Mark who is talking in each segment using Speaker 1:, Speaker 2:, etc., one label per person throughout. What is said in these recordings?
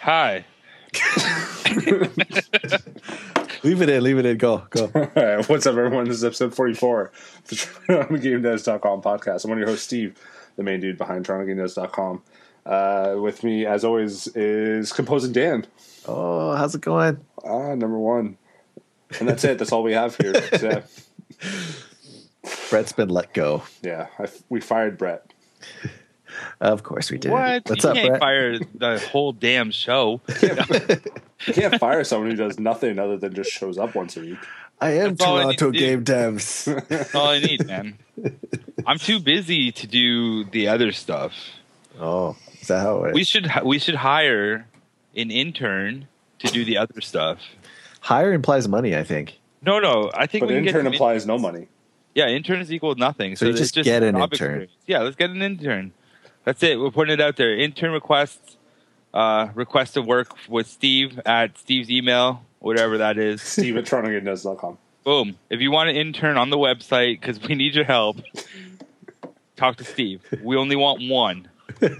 Speaker 1: Hi.
Speaker 2: Leave it in. Leave it in. Go. Go.
Speaker 3: All right, what's up, everyone? This is episode 44 of the TorontoGameDevs.com podcast. I'm one of your hosts, Steve, the main dude behind TorontoGameDevs.com. Uh, with me, as always, is Composing Dan,
Speaker 2: Oh, how's it going?
Speaker 3: ah, number one. And that's it. That's all we have here. So,
Speaker 2: Brett's been let go.
Speaker 3: yeah, I, we fired Brett.
Speaker 2: Of course we did.
Speaker 1: What?
Speaker 2: What's
Speaker 1: you
Speaker 2: up,
Speaker 1: can't
Speaker 2: Brett?
Speaker 1: fire the whole damn show.
Speaker 3: You can't fire someone who does nothing other than just shows up once a week.
Speaker 2: I am
Speaker 1: That's all I need to
Speaker 2: Toronto
Speaker 1: do.
Speaker 2: game devs.
Speaker 1: That's all I need, man. I'm too busy to do the other stuff.
Speaker 2: oh, is that how it
Speaker 1: We
Speaker 2: is?
Speaker 1: should we should hire an intern to do the other stuff.
Speaker 2: Hire implies money, I think.
Speaker 1: No, no. I think
Speaker 3: But
Speaker 1: we can
Speaker 3: intern
Speaker 1: get
Speaker 3: implies no money.
Speaker 1: Yeah, interns equal nothing.
Speaker 2: So
Speaker 1: So,
Speaker 2: you
Speaker 1: it's
Speaker 2: just get an
Speaker 1: job
Speaker 2: intern.
Speaker 1: experience. Yeah, let's get an intern. That's it. We're putting it out there. Intern requests, uh, request to work with Steve at Steve's email, whatever that is.
Speaker 3: Steve at TorontoGameDevs.com.
Speaker 1: Boom. If you want an intern on the website, because we need your help, talk to Steve. We only want one.
Speaker 3: There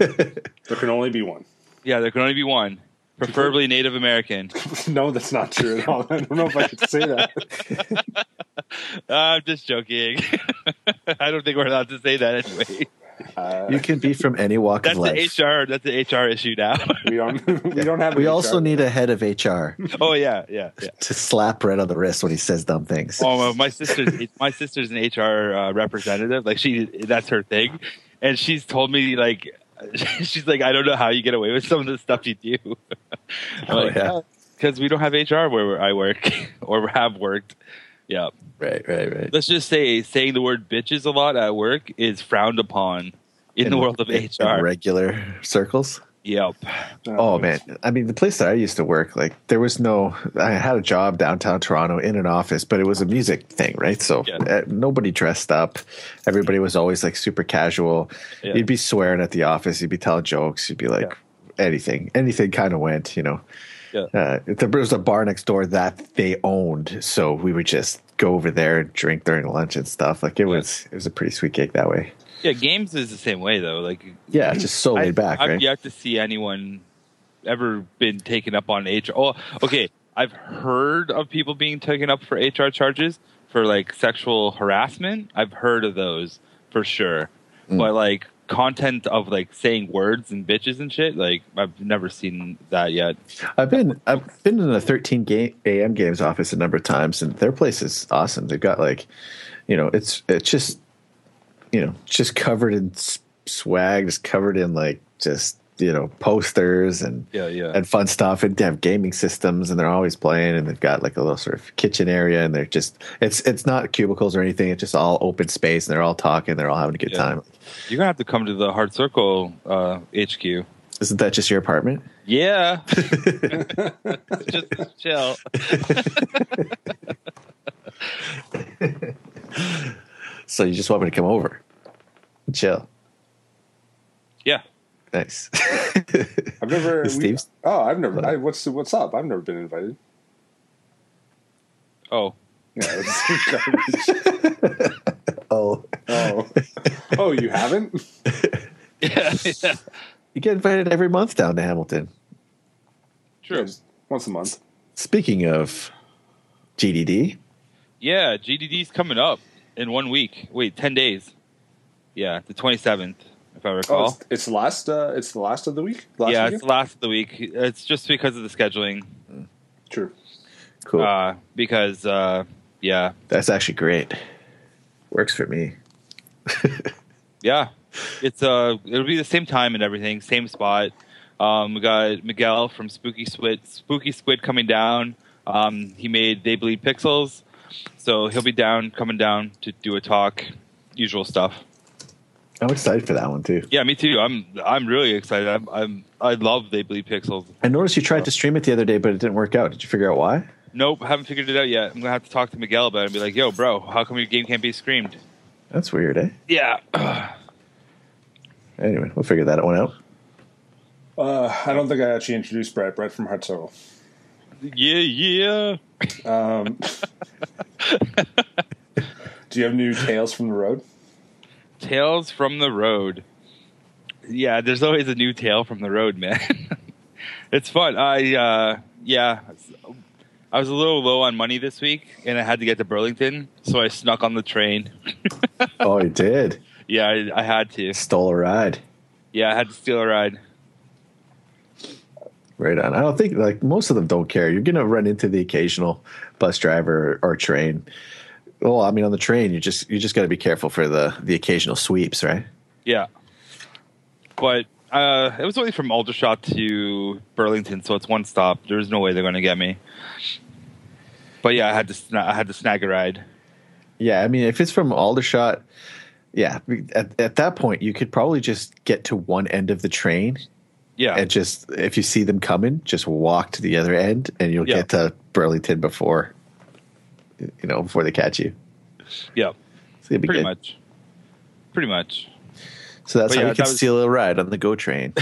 Speaker 3: can only be one.
Speaker 1: Yeah, there can only be one. Preferably Native American.
Speaker 3: No, that's not true at all. I don't know if I could say that.
Speaker 1: I'm just joking. I don't think we're allowed to say that anyway.
Speaker 3: Uh,
Speaker 2: You can be from any walk
Speaker 1: That's
Speaker 2: of life.
Speaker 1: the HR. That's the HR issue now.
Speaker 3: we don't. We don't have.
Speaker 2: We
Speaker 3: an
Speaker 2: also
Speaker 3: HR.
Speaker 2: need a head of HR
Speaker 1: oh yeah, yeah, yeah. Oh,
Speaker 2: to slap Brett on the wrist when he says dumb things.
Speaker 1: Well, my- my sister's my sister's an HR uh, representative. Like she, that's her thing, and she's told me like, she's like, I don't know how you get away with some of the stuff you do. I'm
Speaker 2: Oh,
Speaker 1: like,
Speaker 2: yeah.
Speaker 1: because we don't have HR where I work or have worked. Yeah,
Speaker 2: Right, right, right.
Speaker 1: let's just say saying the word bitches a lot at work is frowned upon in, the world of
Speaker 2: in
Speaker 1: HR.
Speaker 2: regular circles.
Speaker 1: yep.
Speaker 3: Uh,
Speaker 2: Oh man, I mean the place that I used to work, like there was no. I had a job downtown Toronto in an office, but it was a music thing, right? So
Speaker 1: Yeah.
Speaker 2: uh, nobody dressed up. Everybody was always like super casual.
Speaker 1: Yeah.
Speaker 2: You'd be swearing at the office. You'd be telling jokes. You'd be like anything, anything kind of went, you know.
Speaker 1: Yeah.
Speaker 2: Uh, there was a bar next door that they owned, so we would just go over there and drink during lunch and stuff. Like it was, it was a pretty sweet gig that way.
Speaker 1: Yeah, games is the same way though. Like
Speaker 2: Yeah, it's just so
Speaker 1: I-
Speaker 2: laid Oh, back,
Speaker 1: I've
Speaker 2: right?
Speaker 1: yet to see anyone ever been taken up on HR. Oh, okay. I've heard of people being taken up for HR charges for like sexual harassment. I've heard of those for sure,
Speaker 2: Hmm.
Speaker 1: but like content of like saying words and bitches and shit, like I've never seen that yet.
Speaker 2: I've been I've been in the 13 game, AM games office a number of times, and their place is awesome. They've got like, you know, it's it's just, you know, just covered in s- swag, just covered in like just you know posters and
Speaker 1: Yeah, yeah.
Speaker 2: and fun stuff, and they have gaming systems, and they're always playing, and they've got like a little sort of kitchen area, and they're just it's it's not cubicles or anything, it's just all open space, and they're all talking, they're all having a good
Speaker 1: Yeah.
Speaker 2: time.
Speaker 1: You're gonna have to come to the Hard Circle uh, HQ.
Speaker 2: Isn't that just your apartment?
Speaker 1: Yeah, just chill.
Speaker 2: So you just want me to come over, and chill.
Speaker 1: Yeah.
Speaker 2: Nice.
Speaker 3: I've never.
Speaker 2: Is
Speaker 3: we-
Speaker 2: Steve's-
Speaker 3: oh, I've never. I, what's what's up? I've never been invited.
Speaker 1: Oh,
Speaker 3: Yeah, that's garbage.
Speaker 2: oh.
Speaker 3: Oh, oh, you haven't?
Speaker 1: yeah, yeah.
Speaker 2: You get invited every month down to Hamilton.
Speaker 1: True.
Speaker 3: Yes, once a month.
Speaker 2: Speaking of GDD,
Speaker 1: Yeah, GDD's coming up in one week. Wait, ten days. Yeah, the twenty seventh, if I
Speaker 3: Oh,
Speaker 1: recall.
Speaker 3: it's, it's the last. Uh, it's the last of the week. Last
Speaker 1: yeah,
Speaker 3: weekend?
Speaker 1: it's the last of the week. It's just because of the scheduling.
Speaker 3: true.
Speaker 2: cool.
Speaker 1: Uh, because uh, yeah,
Speaker 2: That's actually great. Works for me.
Speaker 1: yeah, it's uh, it'll be the same time and everything, same spot. Um, we got Miguel from Spooky Squid, Spooky Squid coming down. Um, he made They Bleed Pixels, so he'll be down, coming down to do a talk, usual stuff.
Speaker 2: I'm excited for that one too.
Speaker 1: Yeah, me too. I'm I'm really excited. I'm, I'm I love They Bleed Pixels.
Speaker 2: I noticed you tried to stream it the other day, but it didn't work out. Did you figure out why?
Speaker 1: Nope, haven't figured it out yet. I'm gonna have to talk to Miguel about it and be like, "Yo, bro, how come your game can't be screamed?"
Speaker 2: That's weird, eh?
Speaker 1: Yeah,
Speaker 2: Anyway, we'll figure that one out.
Speaker 3: Uh, I don't think I actually introduced Brett. Brett from Heart Circle.
Speaker 1: Yeah, yeah.
Speaker 3: Um, do you have new tales from the road?
Speaker 1: Tales from the road. Yeah, there's always a new tale from the road, man. it's fun. I uh, yeah, I was a little low on money this week, and I had to get to Burlington, so I snuck on the train.
Speaker 2: Oh, you did.
Speaker 1: yeah, I, I had to.
Speaker 2: Stole a ride.
Speaker 1: Yeah, I had to steal a ride.
Speaker 2: Right on. I don't think like most of them don't care. You're gonna run into the occasional bus driver or train. Well, I mean, on the train, you just you just got to be careful for the the occasional sweeps, right?
Speaker 1: Yeah. But uh, it was only from Aldershot to Burlington, so it's one stop. There's no way they're going to get me. But yeah, I had to sna- I had to snag a ride.
Speaker 2: Yeah, I mean, if it's from Aldershot, yeah, at, at that point, you could probably just get to one end of the train
Speaker 1: Yeah,
Speaker 2: and just if you see them coming, just walk to the other end, and you'll
Speaker 1: Yeah.
Speaker 2: get to Burlington before you know before they catch you.
Speaker 1: yeah,
Speaker 2: So it'd be
Speaker 1: pretty
Speaker 2: good.
Speaker 1: much, pretty much.
Speaker 2: So that's
Speaker 1: But
Speaker 2: how
Speaker 1: yeah,
Speaker 2: you can
Speaker 1: that was-
Speaker 2: steal a ride on the GO train.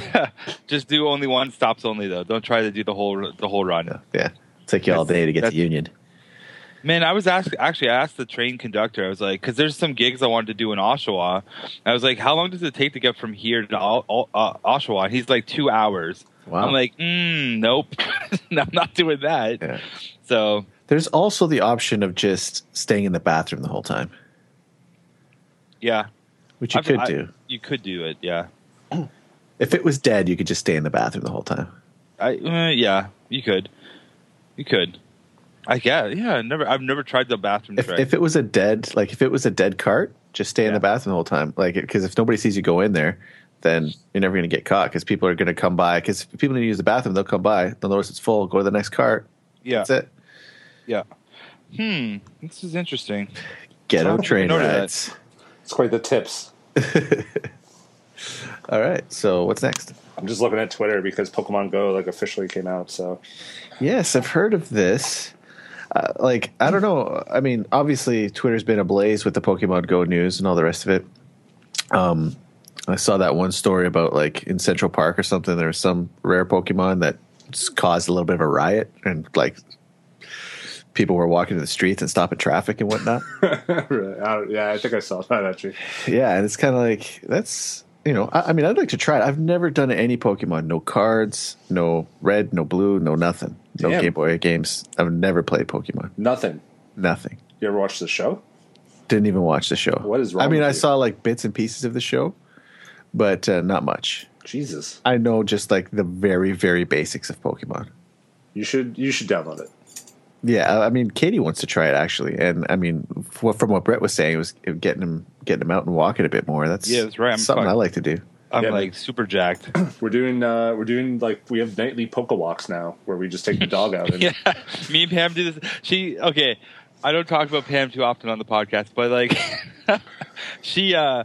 Speaker 1: Just do only one stops only though. Don't try to do the whole the whole run.
Speaker 2: yeah, take you all
Speaker 1: That's-
Speaker 2: day to get to
Speaker 1: that's-
Speaker 2: Union.
Speaker 1: Man, I was asked actually. I asked the train conductor. I was like, because there's some gigs I wanted to do in Oshawa. I was like, how long does it take to get from here to o- O- uh, Oshawa? And he's like, two hours.
Speaker 2: Wow.
Speaker 1: I'm like, mm, nope, I'm not doing that.
Speaker 2: Yeah.
Speaker 1: So
Speaker 2: There's also the option of just staying in the bathroom the whole time,
Speaker 1: yeah,
Speaker 2: which you
Speaker 1: I've-
Speaker 2: could
Speaker 1: I-
Speaker 2: do.
Speaker 1: You could do it. Yeah,
Speaker 2: If it was dead, you could just stay in the bathroom the whole time.
Speaker 1: I uh, yeah, you could, you could. I guess yeah. I Never, I've never tried the bathroom
Speaker 2: If,
Speaker 1: trick.
Speaker 2: if it was a dead, like if it was a dead cart, just stay in
Speaker 1: Yeah.
Speaker 2: the bathroom the whole time. Like, because if nobody sees you go in there, then you're never going to get caught because people are going to come by. Because if people need to use the bathroom, they'll come by. They'll notice it's full. Go to the next cart.
Speaker 1: yeah,
Speaker 2: That's it.
Speaker 1: yeah. Hmm, this is interesting.
Speaker 2: Ghetto
Speaker 1: Oh,
Speaker 2: train
Speaker 1: noted that.
Speaker 2: rides.
Speaker 3: It's quite the tips.
Speaker 2: All right. So what's next?
Speaker 3: I'm just looking at Twitter because Pokemon Go like officially came out. So
Speaker 2: Yes, I've heard of this. Uh, like, I don't know. I mean, obviously, Twitter's been ablaze with the Pokemon Go news and all the rest of it. Um, I saw that one story about like in Central Park or something. There was some rare Pokemon that just caused a little bit of a riot, and like people were walking in the streets and stopping traffic and whatnot.
Speaker 3: Really? I don't- Uh, yeah, I think I saw that actually.
Speaker 2: yeah, and it's kind of like that's you know. I, I mean, I'd like to try it. I've never done any Pokemon. No cards. No red. No blue. No nothing. No
Speaker 3: Damn.
Speaker 2: Game Boy games. I've never played Pokemon.
Speaker 3: Nothing.
Speaker 2: Nothing.
Speaker 3: You ever watch the show?
Speaker 2: Didn't even watch the show.
Speaker 3: What is wrong
Speaker 2: I mean,
Speaker 3: with
Speaker 2: I
Speaker 3: you?
Speaker 2: saw like bits and pieces of the show, but uh, not much.
Speaker 3: Jesus,
Speaker 2: I know just like the very, very basics of Pokemon.
Speaker 3: you should you should download it.
Speaker 2: Yeah, I I mean, Katie wants to try it actually, and I mean, f- from what Brett was saying, it was getting him getting him out and walking a bit more. That's
Speaker 1: Yeah, that's right. I'm
Speaker 2: something I
Speaker 1: fucked.
Speaker 2: like to do.
Speaker 1: I'm
Speaker 3: Yeah, man.
Speaker 1: like super jacked.
Speaker 3: We're doing uh we're doing like we have nightly poke walks now where we just take the dog out. And,
Speaker 1: yeah, me and Pam do this. She okay. I don't talk about Pam too often on the podcast, but like she, uh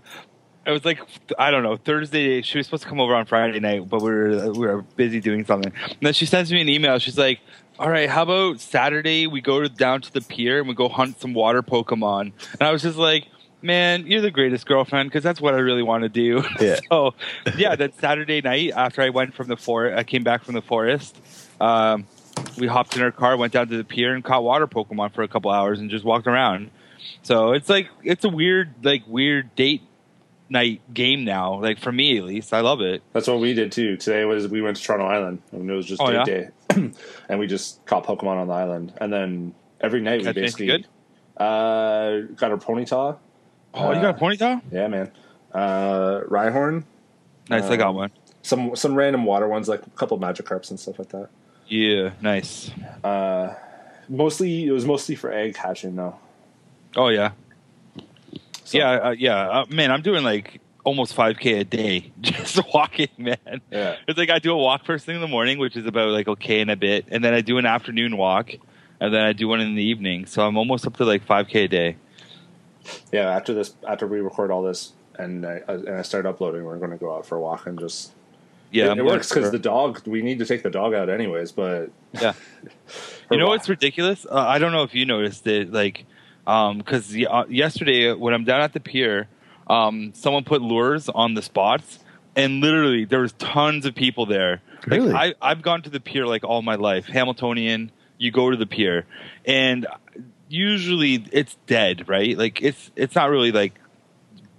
Speaker 1: it was like I don't know Thursday. She was supposed to come over on Friday night, but we were we were busy doing something. And then she sends me an email. She's like, "All right, how about Saturday? We go to, down to the pier and we go hunt some water Pokemon." And I was just like. Man, you're the greatest girlfriend because that's what I really want to do.
Speaker 2: Yeah.
Speaker 1: so, yeah, that Saturday night after I went from the forest, I came back from the forest. Um, we hopped in our car, went down to the pier, and caught water Pokemon for a couple hours, and just walked around. So it's like it's a weird, like weird date night game now. Like for me, at least, I love it.
Speaker 3: That's what we did too. Today was we went to Toronto Island and it was just
Speaker 1: Oh,
Speaker 3: day
Speaker 1: yeah?
Speaker 3: day, and we just caught Pokemon on the island. And then every night we
Speaker 1: Catch anything
Speaker 3: basically
Speaker 1: good?
Speaker 3: uh got our Ponyta.
Speaker 1: Oh, you got a ponytail?
Speaker 3: Yeah, man. Uh, Rhyhorn.
Speaker 1: Nice, I got
Speaker 3: um,
Speaker 1: one.
Speaker 3: Some some random water ones like a couple Magikarps and stuff like that.
Speaker 1: Yeah, nice.
Speaker 3: Uh, mostly it was mostly for egg hatching though.
Speaker 1: Oh yeah,
Speaker 3: So,
Speaker 1: yeah, uh, yeah. Uh, man, I'm doing like almost 5k a day just walking, man.
Speaker 3: yeah.
Speaker 1: It's like I do a walk first thing in the morning, which is about like okay in a bit, and then I do an afternoon walk, and then I do one in the evening. So I'm almost up to like 5k a day.
Speaker 3: yeah after this after we record all this and I, uh, and I start uploading we're going to go out for a walk and just
Speaker 1: Yeah,
Speaker 3: it,
Speaker 1: I'm
Speaker 3: it
Speaker 1: going
Speaker 3: works because
Speaker 1: for-
Speaker 3: the dog we need to take the dog out anyways but
Speaker 1: Yeah.
Speaker 3: Or
Speaker 1: you know
Speaker 3: why?
Speaker 1: what's ridiculous? Uh, I don't know if you noticed it, like, because y uh, yesterday when I'm down at the pier, um, someone put lures on the spots, and literally there was tons of people there. Like,
Speaker 2: Really?
Speaker 1: I, I've gone to the pier like all my life, Hamiltonian, you go to the pier, and usually it's dead, right? Like it's it's not really like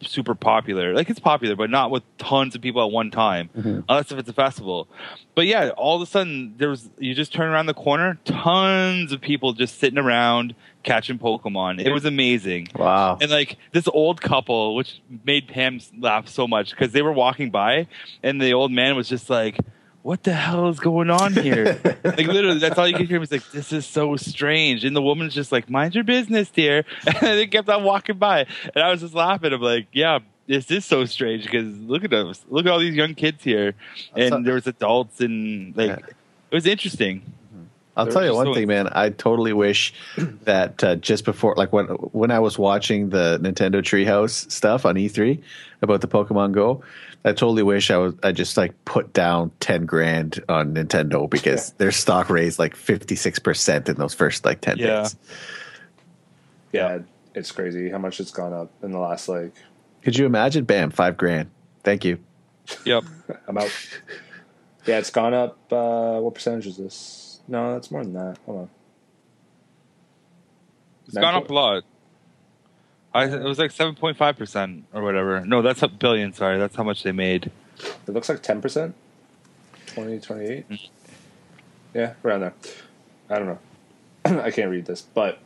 Speaker 1: super popular. Like it's popular, but not with tons of people at one time, unless if it's a festival. But yeah, all of a sudden there was you just turn around the corner, tons of people just sitting around catching Pokemon. It was amazing.
Speaker 2: Wow.
Speaker 1: And like this old couple, which made Pam laugh so much because they were walking by and the old man was just like, what the hell is going on here? like literally, that's all you could hear. He's like, "This is so strange," and the woman's just like, "Mind your business, dear." And they kept on walking by, and I was just laughing. I'm like, "Yeah, this is so strange because look at us, look at all these young kids here, and
Speaker 2: That's-
Speaker 1: there was adults and like,
Speaker 2: Yeah.
Speaker 1: it was interesting."
Speaker 2: I'll
Speaker 1: They're
Speaker 2: tell you
Speaker 1: just
Speaker 2: one
Speaker 1: so
Speaker 2: thing, man. I totally wish that uh, just before, like when when I was watching the Nintendo Treehouse stuff on E3 about the Pokemon Go, I totally wish I was I just like put down ten grand on Nintendo because their stock raised like fifty six percent in those first like ten
Speaker 1: Yeah.
Speaker 2: days.
Speaker 3: Yeah, it's crazy how much it's gone up in the last like.
Speaker 2: Could you imagine? Bam, five grand. Thank you.
Speaker 1: Yep.
Speaker 3: I'm out. yeah, it's gone up. Uh, what percentage is this? No, that's more than that. Hold on.
Speaker 1: It's gone up a lot. I, it was like 7.5% or whatever. No, that's a billion. Sorry. That's how much they made.
Speaker 3: It looks like 10%. 20, 28.
Speaker 1: Mm.
Speaker 3: Yeah, around there. I don't know. I can't read this, but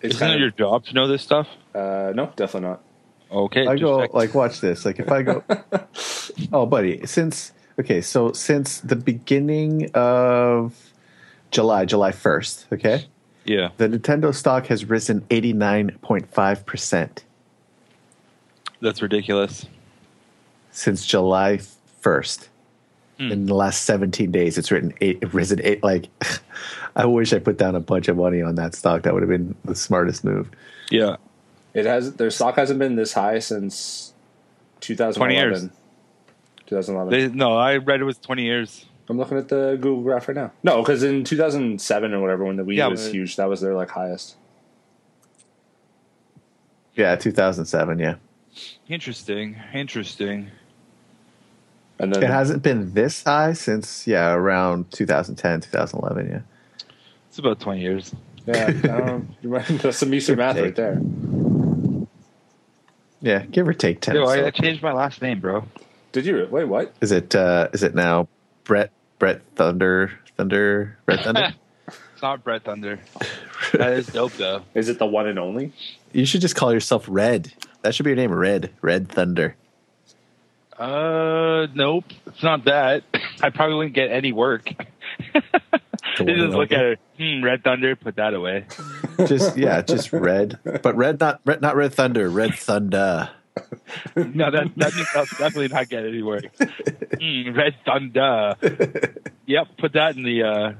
Speaker 3: it's
Speaker 1: Isn't
Speaker 3: kind
Speaker 1: it
Speaker 3: of
Speaker 1: your job to know this stuff?
Speaker 3: uh, no, definitely not.
Speaker 1: Okay.
Speaker 2: I
Speaker 1: just
Speaker 2: go
Speaker 1: check.
Speaker 2: like watch this. Like if I go, oh buddy, since okay, so since the beginning of July, July first, okay,
Speaker 1: yeah.
Speaker 2: the Nintendo stock has risen eighty nine point five percent
Speaker 1: That's ridiculous.
Speaker 2: since July first.
Speaker 1: Hmm.
Speaker 2: In the last seventeen days, it's written eight, risen eight. Like, I wish I put down a bunch of money on that stock. That would have been the smartest move.
Speaker 1: Yeah.
Speaker 3: It has their stock hasn't been this high since
Speaker 1: 20
Speaker 3: 2011.
Speaker 1: years.
Speaker 3: 2011.
Speaker 1: They, no, I read it was 20 years.
Speaker 3: I'm looking at the Google graph right now. No, because in 2007 or whatever, when the Wii
Speaker 1: Yeah,
Speaker 3: was
Speaker 1: but-
Speaker 3: huge, that was their like highest.
Speaker 2: Yeah, two thousand seven. Yeah,
Speaker 1: Interesting. Interesting.
Speaker 3: And then
Speaker 2: it hasn't been this high since yeah around 2010, 2011. Yeah.
Speaker 1: It's about 20 years.
Speaker 3: yeah, I don't, you might, that's some Easter math right there.
Speaker 2: Yeah, give or take ten.
Speaker 1: Yo,
Speaker 2: or
Speaker 1: I,
Speaker 2: so.
Speaker 1: I changed my last name, bro.
Speaker 3: Did you wait? What?
Speaker 2: Is it uh, is it now Brett Brett Thunder Thunder Brett Thunder?
Speaker 1: It's not Brett Thunder. that is dope, though.
Speaker 3: Is it the one and only?
Speaker 2: you should just call yourself Red. That should be your name, Red Red Thunder.
Speaker 1: Uh, nope. It's not that. I probably wouldn't get any work. they
Speaker 2: one and
Speaker 1: just look
Speaker 2: only.
Speaker 1: at it. Hmm, Red Thunder, put that away.
Speaker 2: Just yeah, just Red, but Red not Red not Red Thunder, Red Thunder.
Speaker 1: No, that, that means I'll definitely not get any work. Hmm, Red Thunder. Yep, put that in the uh,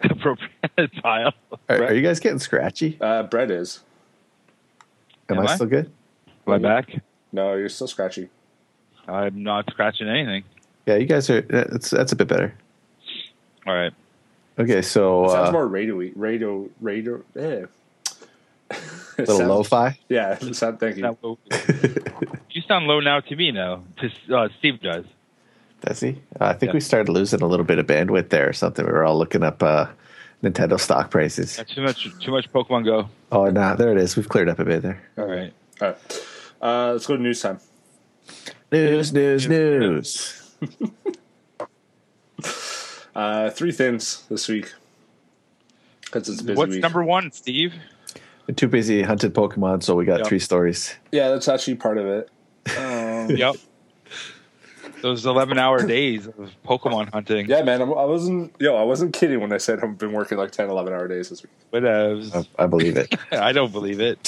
Speaker 1: appropriate pile.
Speaker 2: Are, are you guys getting scratchy?
Speaker 3: Uh, Brett is.
Speaker 2: Am,
Speaker 1: Am
Speaker 2: I,
Speaker 1: I?
Speaker 2: still good?
Speaker 1: My back?
Speaker 3: No, you're still scratchy.
Speaker 1: I'm not scratching anything.
Speaker 2: Yeah, you guys are. That's that's a bit better.
Speaker 1: All right.
Speaker 2: Okay, so
Speaker 3: It sounds
Speaker 2: uh,
Speaker 3: more radio, radio, radio. Eh. It
Speaker 2: little
Speaker 3: sounds-
Speaker 2: lo-fi.
Speaker 3: Yeah, it sound, thank you.
Speaker 1: Now- you sound low now to me now. To, uh, Steve does.
Speaker 2: Does he? Uh, I think
Speaker 1: Yeah.
Speaker 2: we started losing a little bit of bandwidth there or something. We were all looking up uh, Nintendo stock prices.
Speaker 1: That's too much. Too much Pokemon Go.
Speaker 2: Oh, no, there it is. We've cleared up a bit there.
Speaker 1: All right.
Speaker 3: All right, uh, let's go to news time.
Speaker 2: News, news, news.
Speaker 3: Uh, three things this week because it's a busy
Speaker 1: What's
Speaker 3: week.
Speaker 1: number one, Steve?
Speaker 2: We're too busy hunting Pokemon, so we got
Speaker 1: Yep.
Speaker 2: three stories.
Speaker 3: yeah, that's actually part of it. Um,
Speaker 1: Yep. Those eleven-hour days of Pokemon hunting.
Speaker 3: yeah, man, I'm, I wasn't yo, I wasn't kidding when I said I've been working like 10, 11 hour days this week.
Speaker 1: Whatevs.
Speaker 2: I, I believe it.
Speaker 3: Oh.
Speaker 1: I don't believe it.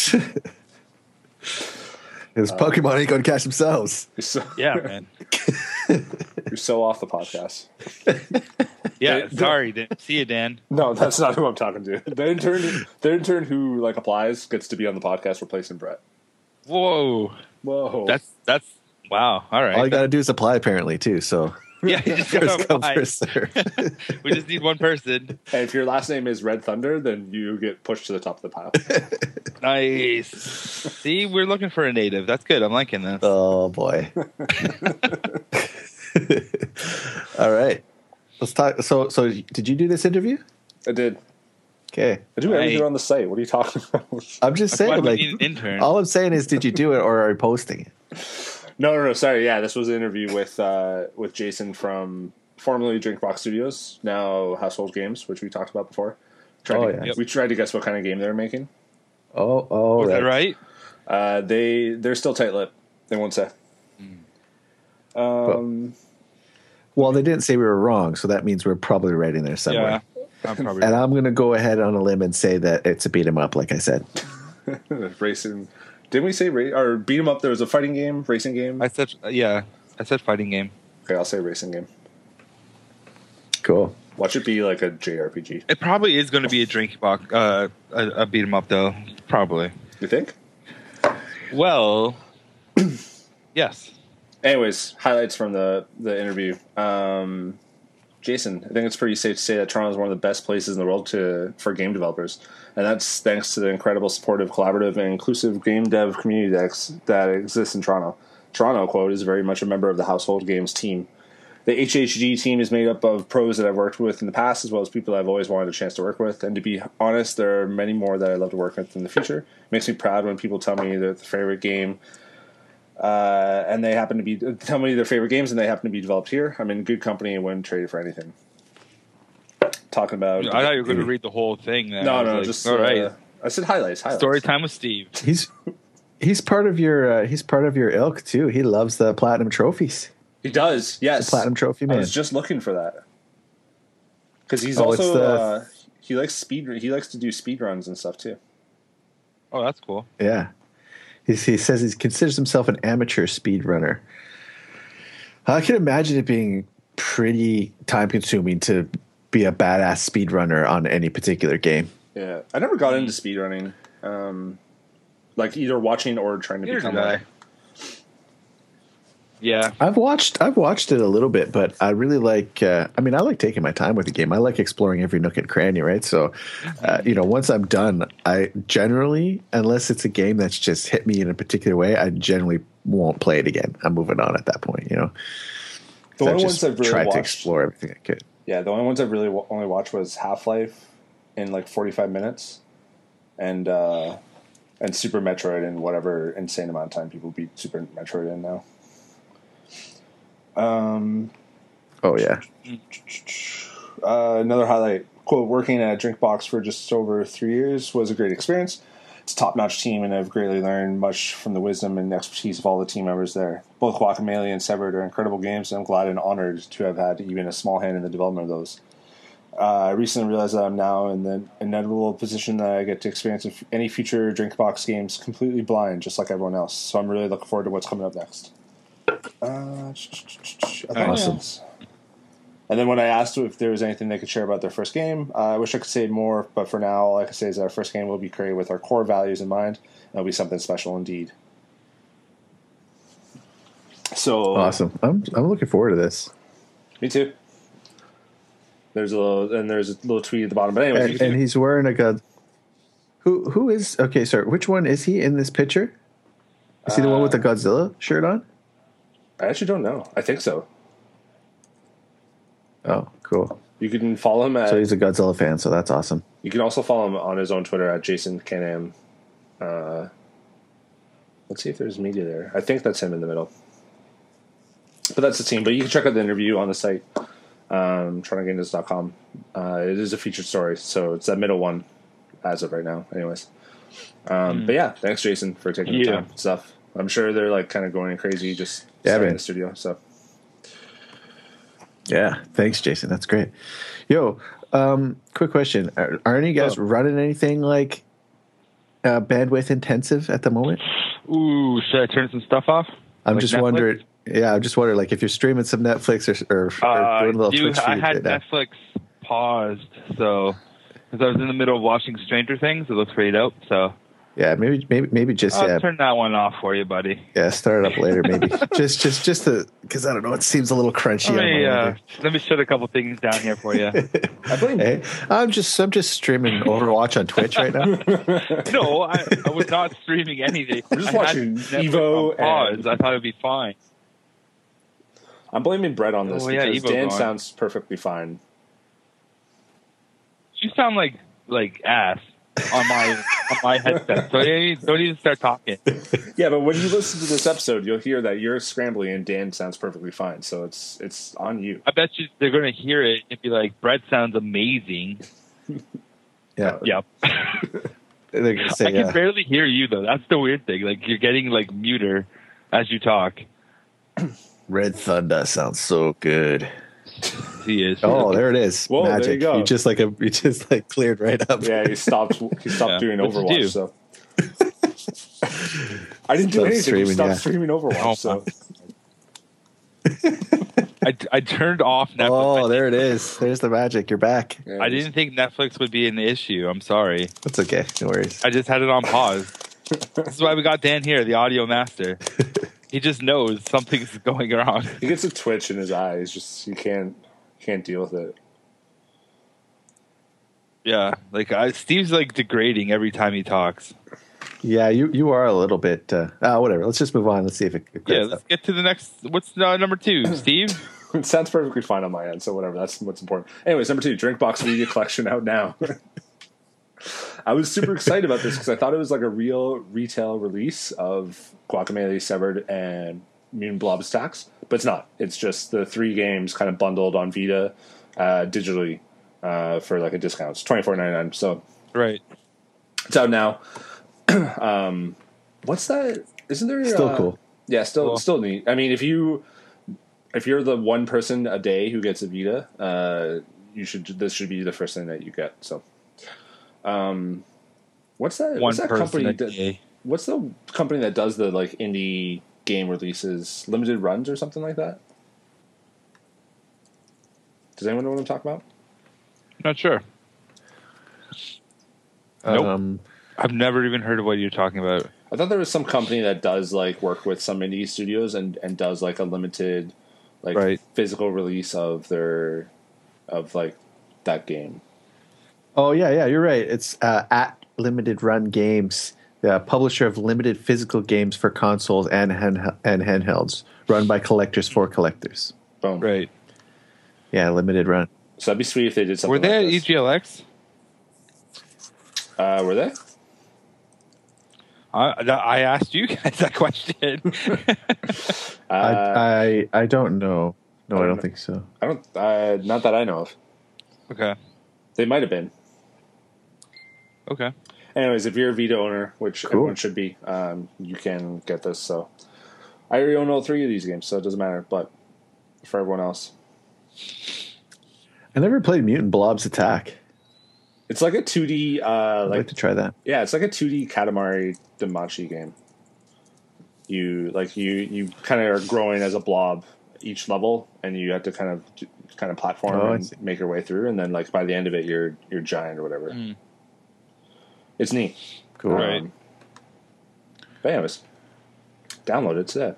Speaker 2: Because Pokemon ain't going to catch themselves.
Speaker 3: You're so,
Speaker 1: Yeah, man.
Speaker 3: you're so off the podcast.
Speaker 1: Yeah.
Speaker 3: They- they-
Speaker 1: Sorry. Dan. See you, Dan.
Speaker 3: No, that's not who I'm talking to. The intern, the intern who like applies gets to be on the podcast replacing Brett.
Speaker 1: Whoa.
Speaker 3: Whoa,
Speaker 1: That's that's. Wow. All right.
Speaker 2: All you got to do is apply, apparently, too. So
Speaker 1: yeah. You just gotta
Speaker 2: first come,
Speaker 1: apply.
Speaker 2: first serve.
Speaker 1: we just need one person.
Speaker 3: And if your last name is Red Thunder, then you get pushed to the top of the pile.
Speaker 1: Nice. See, we're looking for a native. That's good. I'm liking this.
Speaker 2: oh, boy. all right. Let's talk. So, so did you do this interview?
Speaker 3: I did.
Speaker 2: Okay.
Speaker 3: I do
Speaker 1: Right.
Speaker 3: everything on the site. What are you talking about?
Speaker 2: I'm just
Speaker 1: That's why
Speaker 2: saying,
Speaker 1: we
Speaker 2: like,
Speaker 1: need an intern.
Speaker 2: all I'm saying is, did you do it or are you posting it?
Speaker 3: No, no, no. Sorry. Yeah, this was an interview with uh, with Jason from formerly Drinkbox Studios, now Household Games, which we talked about before. Tried
Speaker 2: Oh,
Speaker 3: to-
Speaker 2: yeah.
Speaker 1: Yep.
Speaker 3: We tried to guess what kind of game they're making.
Speaker 2: Oh, oh,
Speaker 1: Was
Speaker 2: right.
Speaker 1: that right?
Speaker 3: Uh, they they're still tight lipped. They won't say.
Speaker 2: Hmm.
Speaker 3: Um,
Speaker 2: Well, they didn't say we were wrong, so that means we're probably right in there somewhere.
Speaker 1: Yeah. I'm probably
Speaker 2: And I'm going to go ahead on a limb and say that it's a beat 'em up, like I said.
Speaker 3: racing. Didn't we say ra- or beat 'em up? There was a fighting game, racing game.
Speaker 1: I said yeah. I said fighting game.
Speaker 3: okay, I'll say racing game.
Speaker 2: Cool.
Speaker 3: Watch it be like a JRPG.
Speaker 1: It probably is going to be a drink box, uh, a, a beat 'em up though, probably.
Speaker 3: You think?
Speaker 1: Well, yes.
Speaker 3: Anyways, highlights from the the interview. Um, Jason, I think it's pretty safe to say that Toronto is one of the best places in the world to for game developers, and that's thanks to the incredible, supportive, collaborative, and inclusive game dev community that, ex- that exists in Toronto. Toronto, quote, is very much a member of the household games team. The HHG team is made up of pros that I've worked with in the past, as well as people I've always wanted a chance to work with. And to be honest, there are many more that I'd love to work with in the future. It makes me proud when people tell me their favorite game uh, and they happen to be tell me their favorite games, and they happen to be developed here. I'm in good company and wouldn't trade it for anything. Talking
Speaker 1: I
Speaker 3: about Mm.
Speaker 1: thought you were going to read the whole thing. Then.
Speaker 3: no,
Speaker 1: I was
Speaker 3: no,
Speaker 1: like,
Speaker 3: just
Speaker 1: all right.
Speaker 3: uh, I said highlights. highlights.
Speaker 1: Story time with Steve.
Speaker 2: He's he's part of your uh, he's part of your ilk too. He loves the platinum trophies.
Speaker 3: He does. Yes,
Speaker 2: Platinum
Speaker 3: I
Speaker 2: trophy man.
Speaker 3: was just looking for that because he's
Speaker 2: Oh, it's
Speaker 3: also
Speaker 2: the-
Speaker 3: uh, he likes speed. He likes to do speed runs and stuff too.
Speaker 1: Oh, that's cool.
Speaker 2: yeah. He's, he says he considers himself an amateur speed runner. I can imagine it being pretty time consuming to be a badass speed runner on any particular game.
Speaker 3: Yeah, I never got into speed running, um, like either watching or trying to
Speaker 1: Neither
Speaker 3: become.
Speaker 1: did I.
Speaker 3: one.
Speaker 1: Yeah,
Speaker 2: I've watched I've watched it a little bit, but I really like. Uh, I mean, I like taking my time with the game. I like exploring every nook and cranny, right? So, uh, you know, once I'm done, I generally, unless it's a game that's just hit me in a particular way, I generally won't play it again. I'm moving on at that point, you know.
Speaker 3: The
Speaker 2: I
Speaker 3: only
Speaker 2: just
Speaker 3: ones I've really
Speaker 2: tried
Speaker 3: watched.
Speaker 2: to explore everything I could.
Speaker 3: Yeah, the only ones I really w- only watched was Half Life in like forty five minutes, and uh, and Super Metroid in whatever insane amount of time people beat Super Metroid in now. Um,
Speaker 2: Oh yeah,
Speaker 3: uh, another highlight quote working at drinkbox for just over three years was a great experience it's a top-notch team and i've greatly learned much from the wisdom and expertise of all the team members there both guacamole and severed are incredible games and i'm glad and honored to have had even a small hand in the development of those uh, I recently realized that I'm now in the inevitable position that I get to experience if- any future Drinkbox games completely blind, just like everyone else. So I'm really looking forward to what's coming up next. Uh,
Speaker 2: Awesome.
Speaker 3: awesome. And then when I asked if there was anything they could share about their first game, uh, I wish I could say more, but for now, all I can say is that our first game will be created with our core values in mind, and it'll be something special indeed. So
Speaker 2: awesome. I'm I'm looking forward to this.
Speaker 3: Me too. There's a little, and there's a little tweet at the bottom. But anyways, you
Speaker 2: And,
Speaker 3: can-
Speaker 2: and he's wearing a god. Who who is okay? Sorry, which one is he in this picture? Is he the one
Speaker 3: Uh,
Speaker 2: with the Godzilla shirt on?
Speaker 3: I actually don't know. I think so.
Speaker 2: Oh, cool.
Speaker 3: You can follow him at.
Speaker 2: So he's a Godzilla fan, so that's awesome.
Speaker 3: you can also follow him on his own Twitter at Jason Canam. Uh, let's see if there's media there. I think that's him in the middle. But that's the team. But you can check out the interview on the site, um, tryingtogainthis.com. Uh, it is a featured story, so it's that middle one as of right now, anyways. Um, But yeah, thanks, Jason, for taking the
Speaker 1: Yeah.
Speaker 3: time and stuff. I'm sure they're like kind of going crazy just
Speaker 2: Yeah,
Speaker 3: starting
Speaker 2: man.
Speaker 3: the studio. So
Speaker 2: Yeah, thanks, Jason. That's great. Yo, um, quick question: Are, are any of you guys
Speaker 1: Oh.
Speaker 2: running anything like uh, bandwidth intensive at the moment?
Speaker 1: Ooh, should I turn some stuff off?
Speaker 2: I'm
Speaker 1: Like
Speaker 2: just
Speaker 1: Netflix? Uh,
Speaker 2: wondering. Yeah, I'm just wondering, like, if you're streaming some Netflix or, or, or doing a little
Speaker 1: dude,
Speaker 2: Twitch
Speaker 1: I
Speaker 2: feed
Speaker 1: had
Speaker 2: right now.
Speaker 1: Netflix paused, so because I was in the middle of watching Stranger Things, it looks pretty dope. So
Speaker 2: Yeah, maybe, maybe, maybe just
Speaker 1: I'll
Speaker 2: yeah,
Speaker 1: Uh, turn that one off for you, buddy.
Speaker 2: yeah, start it up later. Maybe just, just, just the because I don't know. It seems a little crunchy.
Speaker 1: Let
Speaker 2: on
Speaker 1: me,
Speaker 2: my end
Speaker 1: uh,
Speaker 2: there.
Speaker 1: let me shut a couple things down here for you.
Speaker 3: I blame
Speaker 2: Hey, I'm just, I'm just streaming Overwatch on Twitch right now.
Speaker 1: no, I, I was not streaming anything.
Speaker 3: We're just
Speaker 1: I had
Speaker 3: watching
Speaker 1: Netflix
Speaker 3: Evo
Speaker 1: on pause.
Speaker 3: and-
Speaker 1: I thought it'd be fine.
Speaker 3: I'm blaming Brett on this
Speaker 1: Oh, yeah,
Speaker 3: because
Speaker 1: Evo
Speaker 3: Dan
Speaker 1: gone.
Speaker 3: sounds perfectly fine.
Speaker 1: You sound like like ass on my on my headset. So don't even, don't even start talking.
Speaker 3: Yeah, but when you listen to this episode, you'll hear that you're scrambling and Dan sounds perfectly fine. So it's it's on you.
Speaker 1: I bet you they're gonna hear it and be like, "Brett sounds amazing."
Speaker 2: Yeah,
Speaker 1: Yep.
Speaker 2: they're gonna say uh,
Speaker 1: I
Speaker 2: yeah.
Speaker 1: can barely hear you though. That's the weird thing. Like you're getting like muter as you talk.
Speaker 2: Red Thunder sounds so good.
Speaker 1: He is.
Speaker 2: Oh, there it is.
Speaker 3: Whoa, there
Speaker 2: Magic.
Speaker 3: you go.
Speaker 2: just like a, you just like cleared right up.
Speaker 3: Yeah, he stopped he stopped
Speaker 1: Yeah.
Speaker 3: doing
Speaker 1: What'd you
Speaker 3: Overwatch.
Speaker 1: do?
Speaker 3: So I didn't do
Speaker 2: Stopped
Speaker 3: anything.
Speaker 2: streaming,
Speaker 3: he stopped
Speaker 2: yeah.
Speaker 3: streaming Overwatch.
Speaker 1: Oh,
Speaker 3: so
Speaker 1: I, I turned off Netflix.
Speaker 2: Oh, there it is. There's the magic. You're back.
Speaker 3: yeah,
Speaker 1: I didn't think Netflix would be an issue. I'm sorry.
Speaker 2: That's okay. No worries.
Speaker 1: I just had it on pause. this is why we got Dan here, the audio master. He just knows something's going wrong.
Speaker 3: He gets a twitch in his eye. He's just he can't can't deal with it.
Speaker 1: Yeah, like I, Steve's like degrading every time he talks.
Speaker 2: Yeah, you you are a little bit. Uh, oh, whatever. Let's just move on. Let's see if it. it
Speaker 1: Yeah,
Speaker 2: clears
Speaker 1: let's
Speaker 2: up.
Speaker 1: get to the next. What's uh, number two, Steve?
Speaker 3: It sounds perfectly fine on my end, so whatever. That's what's important. Anyways, number two, Drink Box Media Collection out now. I was super excited about this because I thought it was like a real retail release of Guacamole Severed and Moon Blob Stacks, but it's not. It's just the three games kind of bundled on Vita uh, digitally uh, for like a discount. It's twenty four ninety nine. So
Speaker 1: right.
Speaker 3: it's out now. um, what's that? Isn't there
Speaker 2: Still
Speaker 3: uh,
Speaker 2: cool.
Speaker 3: yeah, still
Speaker 1: Cool.
Speaker 3: still neat. I mean, if you if you're the one person a day who gets a Vita, uh, you should this should be the first thing that you get. So, um, what's that?
Speaker 1: One
Speaker 3: what's that
Speaker 1: person.
Speaker 3: company?
Speaker 1: A
Speaker 3: That,
Speaker 1: day.
Speaker 3: what's the company that does the like indie game releases, limited runs or something like that? Does anyone know what I'm talking about?
Speaker 1: Not sure. Nope.
Speaker 2: Um,
Speaker 1: I've never even heard of what you're talking about.
Speaker 3: I thought there was some company that does like work with some indie studios and and does like a limited like
Speaker 1: Right.
Speaker 3: physical release of their of like that game.
Speaker 2: oh yeah, yeah. You're right. It's uh, at Limited Run Games, the publisher of limited physical games for consoles and hand, and handhelds, run by collectors for collectors.
Speaker 3: Boom.
Speaker 1: Right.
Speaker 2: Yeah, limited run.
Speaker 3: So that'd be sweet if they did something.
Speaker 1: Were E they at
Speaker 3: like this.
Speaker 1: EGLX?
Speaker 3: Uh, were they?
Speaker 1: I, that- I asked you guys that question.
Speaker 3: Uh, I,
Speaker 2: I, I I don't know. No,
Speaker 3: I
Speaker 2: I
Speaker 3: don't
Speaker 2: don't,
Speaker 3: know.
Speaker 2: think so.
Speaker 3: don't. Uh, not that I know of.
Speaker 1: okay.
Speaker 3: They might have been.
Speaker 1: Okay.
Speaker 3: Anyways, if you're a Vita owner, which everyone should be, um, you can get this. So I already own all three of these games, so it doesn't matter. But for everyone else,
Speaker 2: I never played Mutant Blob's Attack.
Speaker 3: it's like a 2D, uh,
Speaker 2: I'd
Speaker 3: like
Speaker 2: like to try that.
Speaker 3: Yeah, it's like a 2D Katamari Damachi game. You like you you kind of are growing as a blob each level, and you have to kind of kind of platform
Speaker 2: Oh, I see.
Speaker 3: and make your way through, and then like by the end of it, you're you're giant or whatever.
Speaker 1: Mm.
Speaker 3: It's neat. Um,
Speaker 2: Cool.
Speaker 1: Right.
Speaker 3: but anyways, download it today.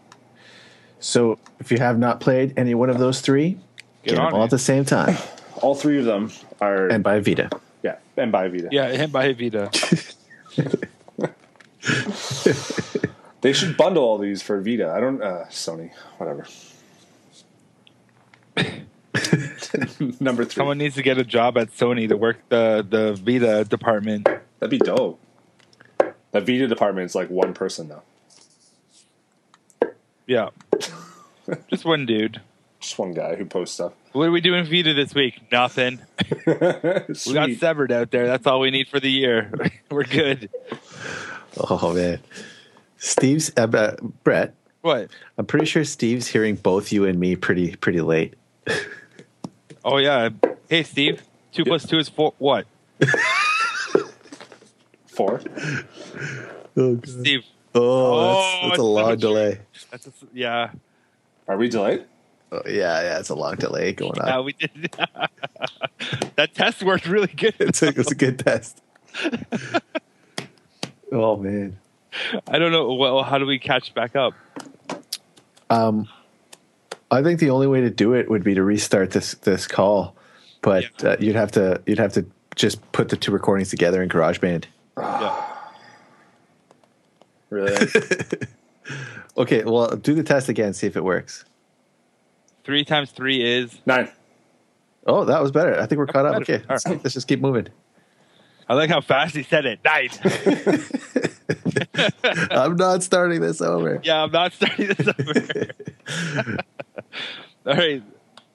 Speaker 2: So if you have not played any one of those three,
Speaker 1: Get
Speaker 2: get, them
Speaker 1: on
Speaker 2: all
Speaker 1: it.
Speaker 2: at the same time
Speaker 3: All three of them are
Speaker 2: and buy Vita.
Speaker 3: yeah, and by Vita.
Speaker 1: Yeah, and by Vita.
Speaker 3: They should bundle all these for Vita. I don't uh, Sony, whatever. Number three.
Speaker 1: Someone needs to get a job at Sony to work the the Vita department.
Speaker 3: That'd be dope. The Vita department is like one person though,
Speaker 1: Yeah. Just one dude.
Speaker 3: just one guy who posts stuff.
Speaker 1: What are we doing Vita this week? Nothing. We got
Speaker 3: Sweet.
Speaker 1: severed out there. That's all we need for the year. We're good.
Speaker 2: Oh man, Steve's uh, uh, Brett.
Speaker 1: What?
Speaker 2: I'm pretty sure Steve's hearing both you and me pretty pretty late.
Speaker 1: Oh yeah. Hey Steve. Two plus two is four what?
Speaker 3: Four.
Speaker 2: Oh,
Speaker 1: Steve.
Speaker 2: that's, that's
Speaker 1: it's
Speaker 2: a long
Speaker 1: so true.
Speaker 2: delay.
Speaker 1: That's a, yeah.
Speaker 3: Are we delayed?
Speaker 2: Oh, yeah, yeah, it's a long delay going
Speaker 1: Yeah,
Speaker 2: on.
Speaker 1: we did that test worked really good.
Speaker 2: It's a, it's a good test. oh man.
Speaker 1: I don't know well how do we catch back up?
Speaker 2: Um, I think the only way to do it would be to restart this this call, but
Speaker 1: Yeah.
Speaker 2: uh, you'd have to you'd have to just put the two recordings together in GarageBand.
Speaker 1: Yeah.
Speaker 3: Really?
Speaker 2: Okay, well, do the test again, see if it works.
Speaker 1: Three times three is
Speaker 3: Nine.
Speaker 2: Oh, that was better. I think we're caught up.
Speaker 1: better.
Speaker 2: Okay,
Speaker 1: All right.
Speaker 2: let's just keep moving.
Speaker 1: I like how fast he said it. Night.
Speaker 2: I'm not starting this over.
Speaker 1: yeah, I'm not starting this over. All right,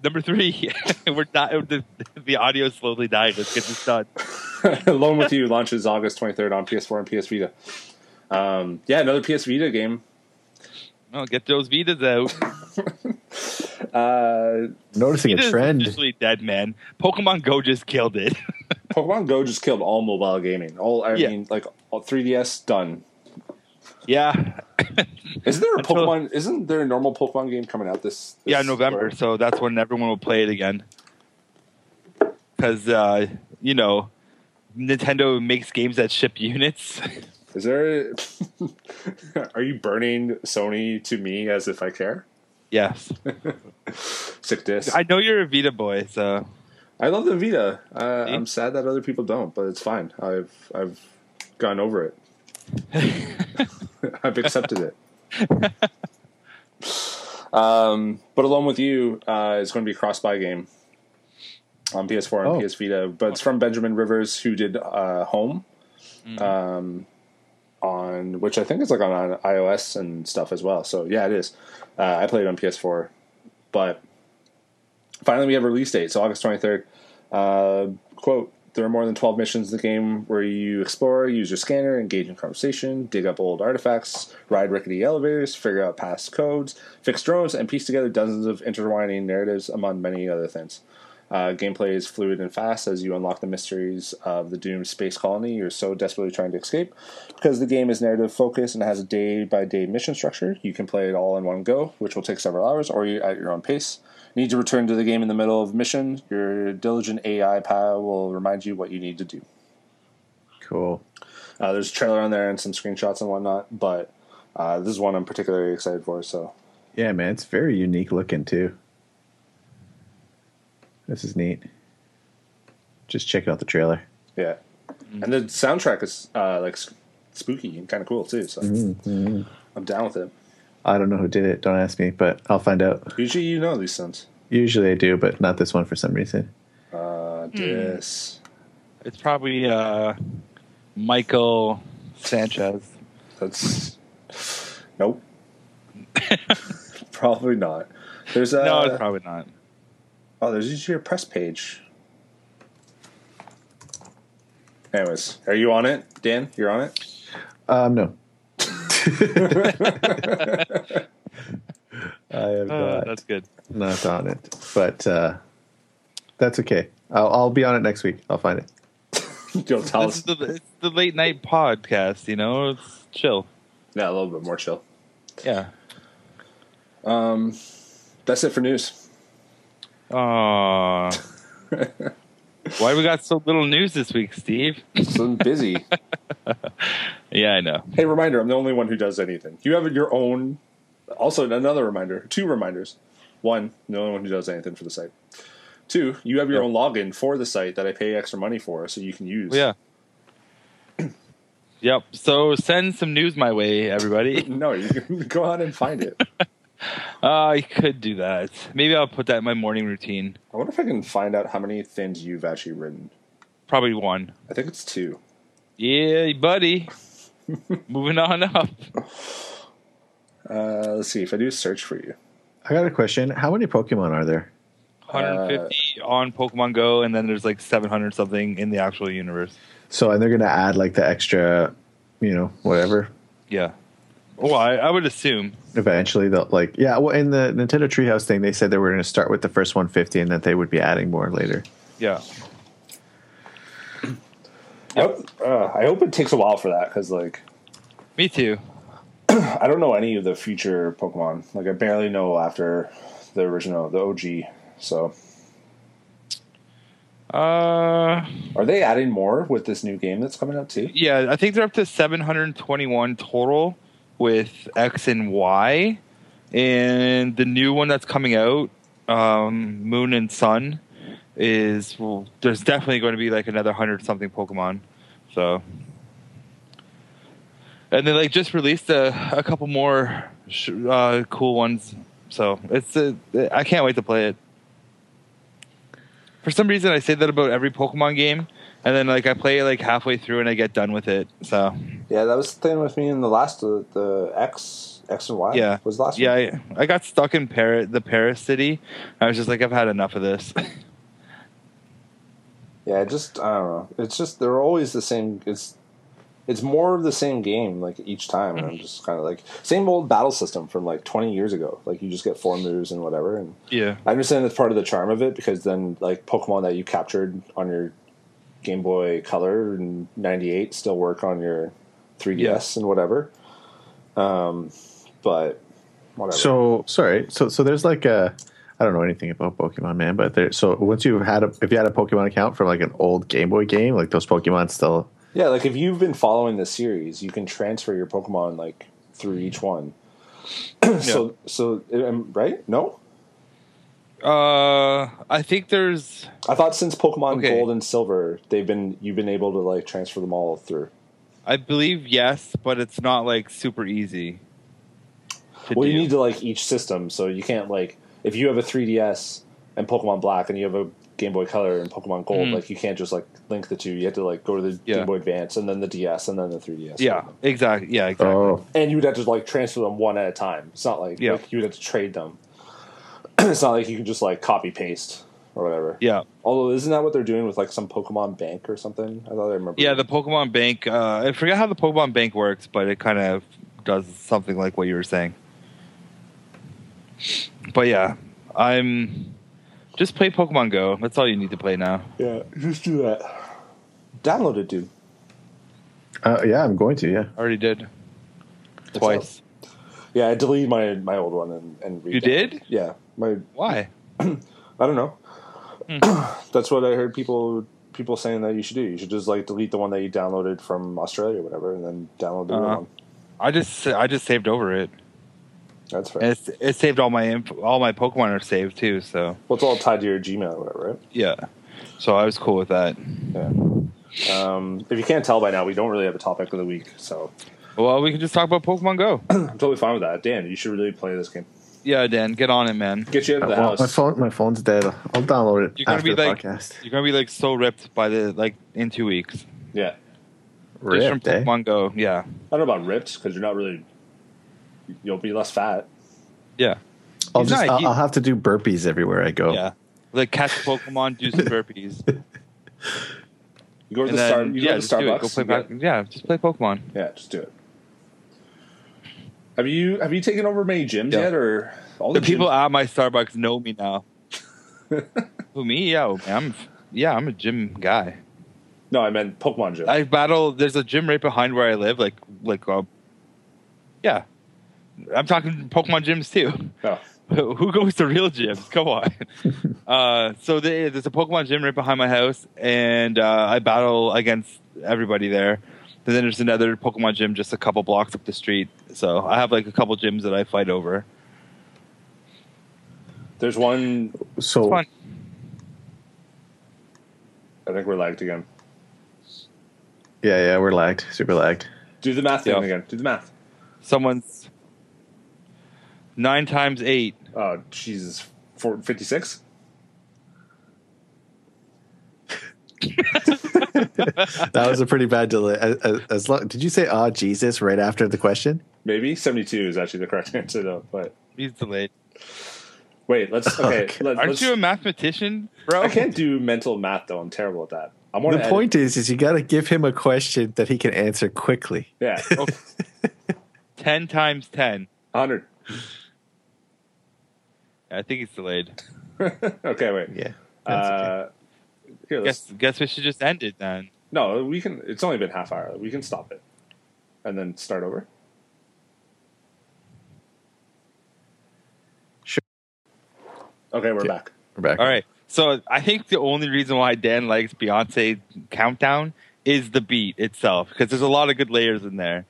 Speaker 1: number three. We're not. The, the audio is slowly dying. Let's get this done.
Speaker 3: Alone with You launches August 23rd on PS4 and PS Vita. Um, yeah, another PS Vita game.
Speaker 1: No, get those Vitas out.
Speaker 3: Uh,
Speaker 2: Noticing
Speaker 1: Vita's
Speaker 2: a trend.
Speaker 1: officially dead, man. Pokemon Go just killed it.
Speaker 3: Pokemon Go just killed all mobile gaming. All I
Speaker 1: Yeah.
Speaker 3: mean, like all 3DS done.
Speaker 1: yeah,
Speaker 3: Isn't there a
Speaker 1: Until-
Speaker 3: Pokemon? Isn't there a normal Pokemon game coming out this? this
Speaker 1: yeah,
Speaker 3: summer?
Speaker 1: November. So that's when everyone will play it again. Because uh, you know, Nintendo makes games that ship units.
Speaker 3: Is there? are you burning Sony to me as if I care?
Speaker 1: yes,
Speaker 3: Sick disc.
Speaker 1: I
Speaker 3: I,
Speaker 1: know you're a Vita boy, so
Speaker 3: love the Vita. Uh,
Speaker 1: See?
Speaker 3: I'm sad that other people don't, but it's fine. I've I've gone over it. I've accepted it. um, but along with you uh, is going to be a cross-buy game on PS4 and
Speaker 2: Oh.
Speaker 3: PS Vita, but it's from Benjamin Rivers, who did uh, Home, um, on which I think it's like on, on iOS and stuff as well. So yeah, it is. Uh, I played it on PS4, but finally we have a release date. So August 23rd. Uh, quote. There are more than 12 missions in the game where you explore, use your scanner, engage in conversation, dig up old artifacts, ride rickety elevators, figure out past codes, fix drones, and piece together dozens of intertwining narratives, among many other things. Uh, gameplay is fluid and fast as you unlock the mysteries of the doomed space colony you're so desperately trying to escape. Because the game is narrative focused and has a day by day mission structure, you can play it all in one go, which will take several hours, or you at your own pace. Need to return to the game in the middle of mission? Your diligent AI pal will remind you what you need to do.
Speaker 2: Cool.
Speaker 3: Uh, there's a trailer on there and some screenshots and whatnot, but uh, this is one I'm particularly excited for. So
Speaker 2: Yeah, man, it's very unique looking too. This is neat. Just check out the trailer.
Speaker 3: yeah, and the soundtrack is uh, like s- spooky and kind of cool too. So I'm down with it.
Speaker 2: I don't know who did it. Don't ask me, but I'll find out.
Speaker 3: Usually you know these things.
Speaker 2: Usually I do, but not this one for some reason.
Speaker 3: Uh, this
Speaker 1: it's probably uh, Michael Sanchez.
Speaker 3: that's nope. probably not. There's a
Speaker 1: no, it's probably not.
Speaker 3: oh, there's usually a press page. Anyways, are you on it, Dan? You're on it.
Speaker 2: Um, no. I have
Speaker 1: Uh,
Speaker 2: not,
Speaker 1: that's good.
Speaker 2: not on it, but uh, that's okay. I'll, I'll be on it next week. I'll find it.
Speaker 3: You'll tell us.
Speaker 1: This is the, it's the late night podcast. You know, it's chill.
Speaker 3: Yeah, a little bit more chill.
Speaker 1: Yeah.
Speaker 3: That's it for news.
Speaker 1: Aww. Why we got so little news this week, Steve?
Speaker 3: So I'm busy.
Speaker 1: Yeah, I know.
Speaker 3: hey, reminder: I'm the only one who does anything. You have your own. Also, another reminder. Two reminders. One, I'm the only one who does anything for the site. Two, you have your
Speaker 1: Yeah.
Speaker 3: own login for the site that I pay extra money for, so you can use.
Speaker 1: Yeah. Yep. So send some news my way, everybody.
Speaker 3: No, you can go out and find it.
Speaker 1: Uh, I could do that. Maybe I'll put that in my morning routine.
Speaker 3: I wonder if I can find out how many things you've actually written.
Speaker 1: Probably one.
Speaker 3: I think it's two.
Speaker 1: Yeah, buddy. Moving on up.
Speaker 3: Uh, let's see if I do a search for you.
Speaker 2: I got a question. How many Pokemon are there?
Speaker 1: 150 on Pokemon Go, and then there's like 700 something in the actual universe.
Speaker 2: So, and they're going to add like the extra, you know, whatever.
Speaker 1: Yeah. Well, I, I would assume.
Speaker 2: Eventually, they'll like, yeah. Well, in the Nintendo Treehouse thing, they said they were going to start with the first 150, and that they would be adding more later.
Speaker 1: Yeah.
Speaker 3: I hope, uh, I hope it takes a while for that because, like,
Speaker 1: Me too.
Speaker 3: I don't know any of the future Pokemon. Like I barely know after the original, the OG. So
Speaker 1: Uh,
Speaker 3: are they adding more with this new game that's coming out too?
Speaker 1: yeah, I think they're up to 721 total with X and Y, and the new one that's coming out, um, Moon and Sun, is well, there's definitely going to be like another hundred something Pokemon. So, and they like just released a, a couple more sh- uh, cool ones. So it's a, I can't wait to play it. For some reason, I say that about every Pokemon game, and then like I play like halfway through and I get done with it. So
Speaker 3: Yeah, that was the thing with me in the last uh, the X X and Y.
Speaker 1: yeah,
Speaker 3: was the last.
Speaker 1: yeah,
Speaker 3: one.
Speaker 1: I, I got stuck in Paris, the Paris city. I was just like, I've had enough of this.
Speaker 3: yeah. Just I don't know. It's just they're always the same. It's it's more of the same game like each time, and I'm just kind of like same old battle system from like 20 years ago. Like you just get four moves and whatever, and
Speaker 1: yeah,
Speaker 3: I understand that's part of the charm of it because then like Pokemon that you captured on your Game Boy Color in '98 still work on your 3DS and whatever. Um, but whatever.
Speaker 2: So sorry. So so there's like a I don't know anything about Pokemon Man, but there. So once you've had a if you had a Pokemon account from like an old Game Boy game, like those Pokemon still.
Speaker 3: yeah, like if you've been following the series, you can transfer your Pokemon like through each one. so so um, right? No,
Speaker 1: uh, I think there's
Speaker 3: I thought since Pokemon
Speaker 1: Okay.
Speaker 3: Gold and Silver, they've been you've been able to like transfer them all through.
Speaker 1: I believe yes, but it's not like super easy. to
Speaker 3: well, you
Speaker 1: do.
Speaker 3: need to like each system, so you can't like if you have a 3DS and Pokemon Black, and you have a Game Boy Color and Pokemon Gold,
Speaker 1: Mhm.
Speaker 3: like you can't just like link the two. You have to like go to the
Speaker 1: Yeah.
Speaker 3: Game Boy Advance and then the DS and then the 3DS.
Speaker 1: yeah, exactly. Yeah, exactly.
Speaker 2: Oh,
Speaker 3: and you would have to like transfer them one at a time. It's not like,
Speaker 1: Yeah.
Speaker 3: like you would have to trade them. it's not like you can just like copy paste or whatever.
Speaker 1: Yeah,
Speaker 3: Although isn't that what they're doing with like some Pokemon Bank or something? I thought I remember.
Speaker 1: yeah. The Pokemon Bank. Uh, I forget how the Pokemon Bank works, but it kind of does something like what you were saying. But yeah, I'm just play Pokemon Go. That's all you need to play now.
Speaker 3: yeah, just do that. Download it, dude.
Speaker 2: uh, yeah, I'm going to. Yeah,
Speaker 1: I already did
Speaker 3: It's
Speaker 1: twice.
Speaker 3: out. Yeah, I deleted my my old one and and
Speaker 1: You
Speaker 3: re-downloaded.
Speaker 1: did?
Speaker 3: Yeah, my
Speaker 1: Why?
Speaker 3: I don't know.
Speaker 1: Hmm.
Speaker 3: That's what I heard people people saying that you should do. You should just like delete the one that you downloaded from Australia or whatever, and then download the new
Speaker 1: Uh-huh.
Speaker 3: one.
Speaker 1: I just I just saved over it.
Speaker 3: That's fair.
Speaker 1: And it's, it saved all my info, all my Pokemon are saved too. So
Speaker 3: well, it's all tied to your Gmail or whatever,
Speaker 1: yeah, so I was cool with that.
Speaker 3: right? Yeah. Um, if you can't tell by now, we don't really have a topic of the week, so
Speaker 1: Well, we can just talk about Pokemon Go.
Speaker 3: I'm totally fine with that. Dan, you should really play this game.
Speaker 1: yeah, Dan, get on it, man.
Speaker 3: Get you out of the
Speaker 2: Uh, Well, my
Speaker 3: house.
Speaker 2: phone my phone's dead. I'll download it
Speaker 1: You're gonna
Speaker 2: after
Speaker 1: be
Speaker 2: the
Speaker 1: like
Speaker 2: podcast.
Speaker 1: you're gonna be like so ripped by the like in two weeks
Speaker 3: Yeah,
Speaker 1: just from
Speaker 2: Ripped, eh?
Speaker 1: Pokemon Go. Yeah,
Speaker 3: I don't know about ripped because you're not really. You'll be less fat.
Speaker 1: yeah,
Speaker 2: I'll
Speaker 1: He's
Speaker 2: just
Speaker 1: not-
Speaker 2: I'll,
Speaker 1: he-
Speaker 2: I'll have to do burpees everywhere I go.
Speaker 1: yeah. Like catch Pokemon, do some burpees,
Speaker 3: You go to
Speaker 1: and
Speaker 3: the
Speaker 1: then
Speaker 3: star. You
Speaker 1: yeah,
Speaker 3: go to
Speaker 1: just
Speaker 3: the
Speaker 1: do
Speaker 3: Starbucks.
Speaker 1: it. Go play
Speaker 3: you get-
Speaker 1: back. Yeah, just play Pokemon.
Speaker 3: Yeah, just do it. Have you have you taken over many gyms
Speaker 1: Yeah.
Speaker 3: yet, or all
Speaker 1: The
Speaker 3: the,
Speaker 1: people
Speaker 3: gyms-
Speaker 1: at my Starbucks know me now. Who me? Yeah, oh, I'm yeah, I'm a gym guy.
Speaker 3: No, I meant Pokemon gym.
Speaker 1: I battle. There's a gym right behind where I live. Like, like, uh, yeah. I'm talking Pokemon gyms too.
Speaker 3: oh,
Speaker 1: Who goes to real gyms? Come on. uh, so there- there's a Pokemon gym right behind my house, and uh, I battle against everybody there. And then there's another Pokemon gym just a couple blocks up the street. So I have like a couple gyms that I fight over.
Speaker 3: there's one.
Speaker 1: It's
Speaker 2: So
Speaker 1: fun.
Speaker 3: I think we're lagged again.
Speaker 2: yeah, yeah, we're lagged, super lagged.
Speaker 3: Do the math
Speaker 1: Yeah.
Speaker 3: thing again. Do the math.
Speaker 1: Someone's nine times eight.
Speaker 3: Oh, Jesus. Four, 56?
Speaker 2: That was a pretty bad delay. As, as, as long, did you say "Ah, Jesus" right after the question?
Speaker 3: Maybe? 72 is actually the correct answer, though. But
Speaker 1: He's delayed.
Speaker 3: wait, let's. Okay.
Speaker 2: Okay.
Speaker 3: Let,
Speaker 1: Aren't
Speaker 3: let's,
Speaker 1: you a mathematician, bro?
Speaker 3: I can't do mental math, though. I'm terrible at that. I want
Speaker 2: The
Speaker 3: to.
Speaker 2: point is, is you got to give him a question that he can answer quickly.
Speaker 3: Yeah.
Speaker 1: Oh. 10 times 10.
Speaker 3: 100.
Speaker 1: I think he's delayed.
Speaker 3: okay, wait.
Speaker 2: Yeah, that's okay.
Speaker 3: Uh, here, let's.
Speaker 1: Guess, guess we should just end it then.
Speaker 3: No, we can. It's only been half hour. We can stop it and then start over.
Speaker 2: Sure.
Speaker 3: Okay, we're
Speaker 2: Okay.
Speaker 3: back.
Speaker 2: we're back.
Speaker 1: All right. So I think the only reason why Dan likes Beyonce Countdown is the beat itself, because there's a lot of good layers in there.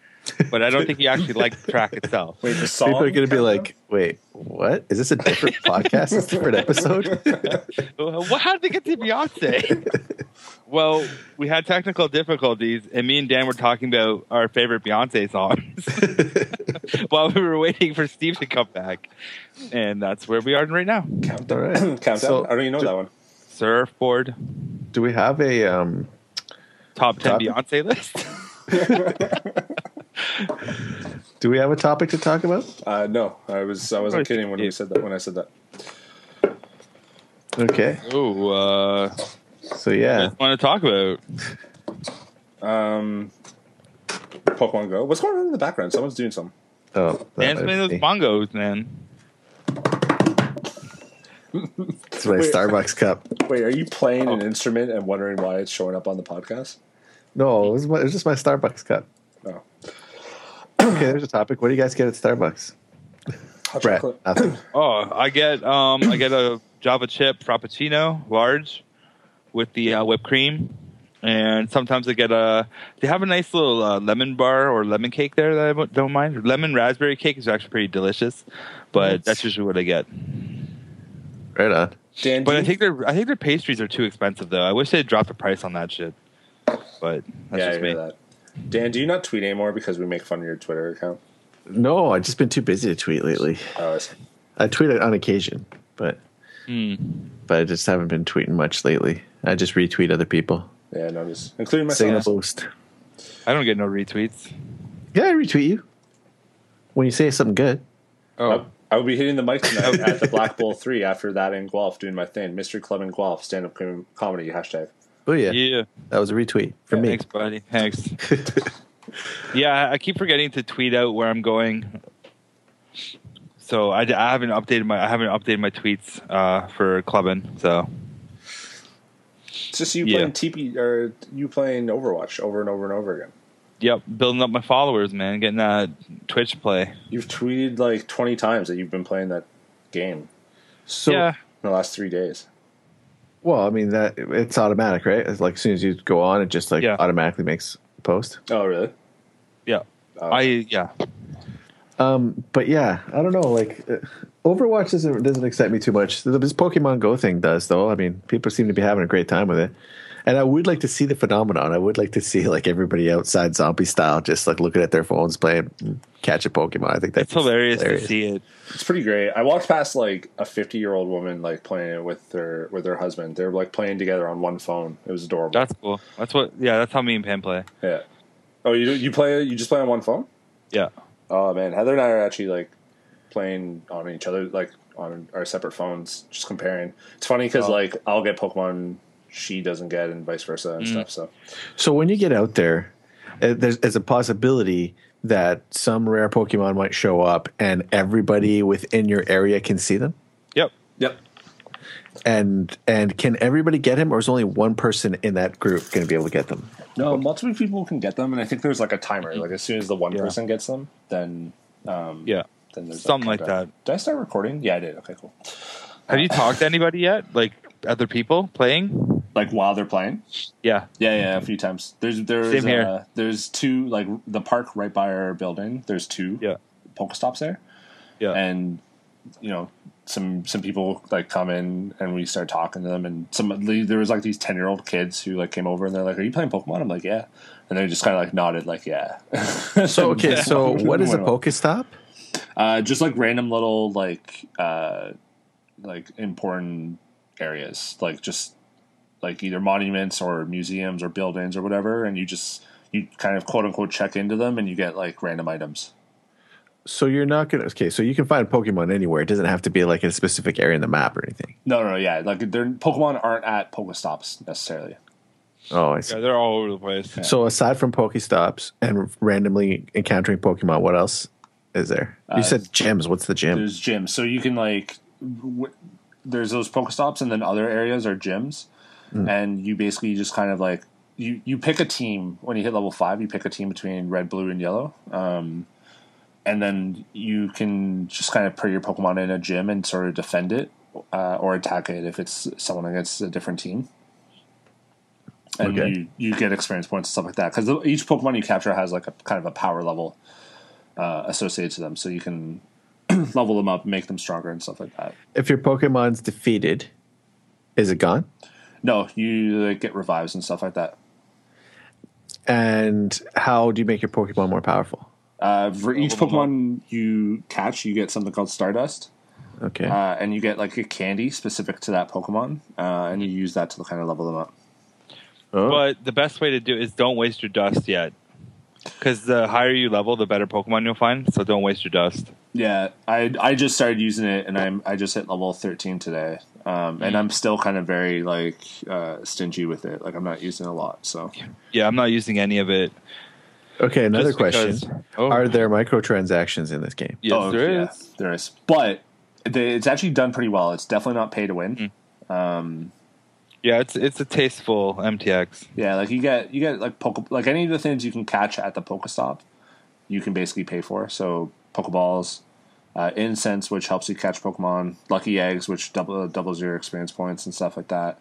Speaker 1: But I don't think he actually liked the track itself.
Speaker 3: Wait, the song.
Speaker 2: People are going to be
Speaker 3: countdown?
Speaker 2: like, "Wait, what? Is this a different podcast? It's a different episode?"
Speaker 1: Well, how did they get to Beyonce? well, we had technical difficulties, and me and Dan were talking about our favorite Beyonce songs while we were waiting for Steve to come back. And that's where we are right now.
Speaker 3: countdown.
Speaker 2: All right.
Speaker 3: countdown.
Speaker 2: So-
Speaker 3: I don't even know that one.
Speaker 1: Surfboard.
Speaker 2: Do we have a um,
Speaker 1: top ten
Speaker 2: Top-
Speaker 1: Beyonce list.
Speaker 2: Do we have a topic to talk about?
Speaker 3: Uh, no, I was I wasn't kidding when we said that. When I said that,
Speaker 2: Okay.
Speaker 1: oh, uh,
Speaker 2: So yeah,
Speaker 1: want to talk about?
Speaker 3: um, Pokemon Go. What's going on in the background? Someone's doing something.
Speaker 2: oh, that
Speaker 1: Dan's
Speaker 2: might
Speaker 1: playing those
Speaker 2: be-
Speaker 1: bongos, man.
Speaker 2: it's my
Speaker 3: Wait.
Speaker 2: Starbucks cup.
Speaker 3: Wait, are you playing an instrument and wondering why it's showing up on the podcast?
Speaker 2: No, it was, my, it was just my Starbucks cup.
Speaker 3: No,
Speaker 2: Okay, there's a topic. What do you guys get at Starbucks?
Speaker 3: hot
Speaker 2: Brett,
Speaker 3: chocolate.
Speaker 2: nothing.
Speaker 1: Oh, I get um, I get a Java chip frappuccino, large, with the uh, whipped cream, and sometimes I get a. They have a nice little uh, lemon bar or lemon cake there that I don't- don't mind. Lemon raspberry cake is actually pretty delicious, but that's usually what I get.
Speaker 2: Right on.
Speaker 3: Dan,
Speaker 1: But
Speaker 3: do
Speaker 1: I
Speaker 3: you-
Speaker 1: think their I think their pastries are too expensive though. I wish they'd dropped the price on that shit. But that's
Speaker 3: yeah, I
Speaker 1: just
Speaker 3: hear
Speaker 1: me.
Speaker 3: that. Dan, do you not tweet anymore because we make fun of your Twitter account?
Speaker 2: No, I've just been too busy to tweet lately.
Speaker 3: Oh, I see.
Speaker 2: I tweet it on occasion, but
Speaker 1: Hmm.
Speaker 2: but I just haven't been tweeting much lately. I just retweet other people.
Speaker 3: yeah, no, just including
Speaker 2: Signal
Speaker 3: myself.
Speaker 2: boost.
Speaker 1: I don't get no retweets.
Speaker 2: Yeah, I retweet you when you say something good.
Speaker 1: Oh,
Speaker 3: I will be hitting the mic tonight at the Black Bull Three after that in Guelph doing my thing. Mystery Club in Guelph, stand up comedy hashtag.
Speaker 2: Oh yeah,
Speaker 1: yeah.
Speaker 2: that was a retweet for
Speaker 3: Yeah,
Speaker 2: me.
Speaker 1: Thanks, buddy. Thanks. yeah, I keep forgetting to tweet out where I'm going. So I, I haven't updated my I haven't updated my tweets uh, for clubbing. So
Speaker 3: It's just you
Speaker 1: Yeah.
Speaker 3: playing TP or you playing Overwatch over and over and over again.
Speaker 1: yep, building up my followers, man, getting that Twitch play.
Speaker 3: You've tweeted like twenty times that you've been playing that game
Speaker 2: So
Speaker 1: yeah,
Speaker 3: in the last three days.
Speaker 2: well, I mean that it's automatic, right? It's like as soon as you go on, it just like
Speaker 1: Yeah.
Speaker 2: automatically makes a post.
Speaker 3: Oh, really?
Speaker 1: yeah.
Speaker 3: Oh.
Speaker 1: I yeah.
Speaker 2: Um, but yeah, I don't know. Like, uh, Overwatch doesn't doesn't excite me too much. The- This Pokemon Go thing does, though. I mean, people seem to be having a great time with it, and I would like to see the phenomenon. I would like to see like everybody outside zombie style, just like looking at their phones, playing mm, catch a Pokemon. I think that's
Speaker 1: It's hilarious, to see it.
Speaker 3: It's pretty great. I walked past like a fifty-year-old woman like playing it with her with her husband. They were like playing together on one phone. It was adorable.
Speaker 1: That's cool. That's what yeah. That's how me and Pam play.
Speaker 3: yeah. Oh, you you play you just play on one phone?
Speaker 1: Yeah.
Speaker 3: Oh man, Heather and I are actually like playing on each other, like on our separate phones, just comparing. It's funny because
Speaker 1: Oh.
Speaker 3: like I'll get Pokemon she doesn't get, and vice versa
Speaker 1: Mm.
Speaker 3: and stuff. So
Speaker 2: So when you get out there, uh, there's, there's a possibility that some rare Pokemon might show up, and everybody within your area can see them.
Speaker 1: Yep.
Speaker 3: yep,
Speaker 2: And and can everybody get him, or is only one person in that group going to be able to get them?
Speaker 3: no, multiple people can get them, and I think there's like a timer. Like as soon as the one
Speaker 1: Yeah.
Speaker 3: person gets them, then um,
Speaker 1: Yeah.
Speaker 3: then there's
Speaker 1: Something like
Speaker 3: countdown. Did I start recording? Yeah, I did. Okay, cool.
Speaker 1: Have you talked to anybody yet? Like other people playing?
Speaker 3: Like while they're playing,
Speaker 1: Yeah.
Speaker 3: yeah, yeah, a few times. There's there's
Speaker 1: Same here.
Speaker 3: Uh, there's two like the park right by our building. There's two
Speaker 1: Yeah.
Speaker 3: Pokestops there.
Speaker 1: Yeah.
Speaker 3: and you know some some people like come in and we start talking to them and some there was like these 10 year old kids who like came over and they're like are you playing pokemon i'm like yeah and they just kind of like nodded like yeah
Speaker 2: So okay, so what is a
Speaker 3: Went on.
Speaker 2: Pokestop?
Speaker 3: uh just like random little like uh like important areas like just like either monuments or museums or buildings or whatever and you just you kind of quote unquote check into them and you get like random items
Speaker 2: So you're not gonna okay. So you can find Pokemon anywhere. It doesn't have to be like in a specific area in the map or anything.
Speaker 3: no no, no yeah like they're pokemon aren't at pokestops necessarily
Speaker 2: Oh, I
Speaker 1: Yeah,
Speaker 2: see.
Speaker 1: they're all over the place.
Speaker 2: So aside from Pokestops and randomly encountering Pokemon, what else is there? you said gyms. What's the gym?
Speaker 3: there's gyms. So you can like, w- there's those Pokestops, and then other areas are gyms, and you basically just kind of like you you pick a team when you hit level five. You pick a team between red, blue, and yellow, um, and then you can just kind of put your Pokemon in a gym and sort of defend it uh, or attack it if it's someone against a different team. And
Speaker 2: Okay.
Speaker 3: you, you get experience points and stuff like that because each Pokemon you capture has like a kind of a power level uh, associated to them, so you can level them up, make them stronger, and stuff like that.
Speaker 2: If your Pokemon's defeated, is it gone?
Speaker 3: No, you like, get revives and stuff like that.
Speaker 2: And how do you make your Pokemon more powerful?
Speaker 3: Uh, for each
Speaker 1: Level
Speaker 3: Pokemon you catch, you get something called Stardust,
Speaker 2: Okay.
Speaker 3: uh, and you get like a candy specific to that Pokemon, uh, and you use that to kind of level them up.
Speaker 2: Oh.
Speaker 1: But the best way to do it is don't waste your dust yet. Because the higher you level, the better Pokemon you'll find. So don't waste your dust.
Speaker 3: Yeah, I I just started using it, and I'm I just hit level thirteen today, um,
Speaker 1: Mm.
Speaker 3: and I'm still kind of very like uh, stingy with it. Like I'm not using it a lot, so
Speaker 1: Yeah, I'm not using any of it.
Speaker 2: Okay, another
Speaker 1: just
Speaker 2: question:
Speaker 1: because- oh,
Speaker 2: Are there microtransactions in this game?
Speaker 1: Yes,
Speaker 3: Oh,
Speaker 1: there
Speaker 3: yeah,
Speaker 1: is.
Speaker 3: there is. But they, it's actually done pretty well. It's definitely not pay to win.
Speaker 1: Yeah, it's it's a tasteful MTX.
Speaker 3: Yeah, like you get you get like poke like any of the things you can catch at the Pokestop, you can basically pay for. So Pokeballs, uh, incense, which helps you catch Pokemon, lucky eggs, which double, doubles your experience points and stuff like that.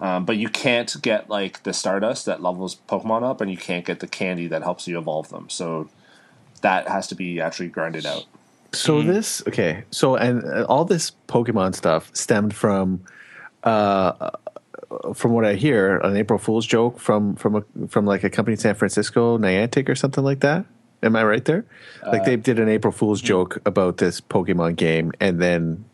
Speaker 3: Um, but you can't get like the Stardust that levels Pokemon up, and you can't get the candy that helps you evolve them. So that has to be actually grinded out.
Speaker 1: Hmm.
Speaker 2: So this okay. So and uh, all this Pokemon stuff stemmed from, uh, from what I hear, an April Fool's joke from from a, from like a company in San Francisco, Niantic or something like that. Am I right there?
Speaker 1: Uh,
Speaker 2: Like they did an April Fool's joke about this Pokemon game, and then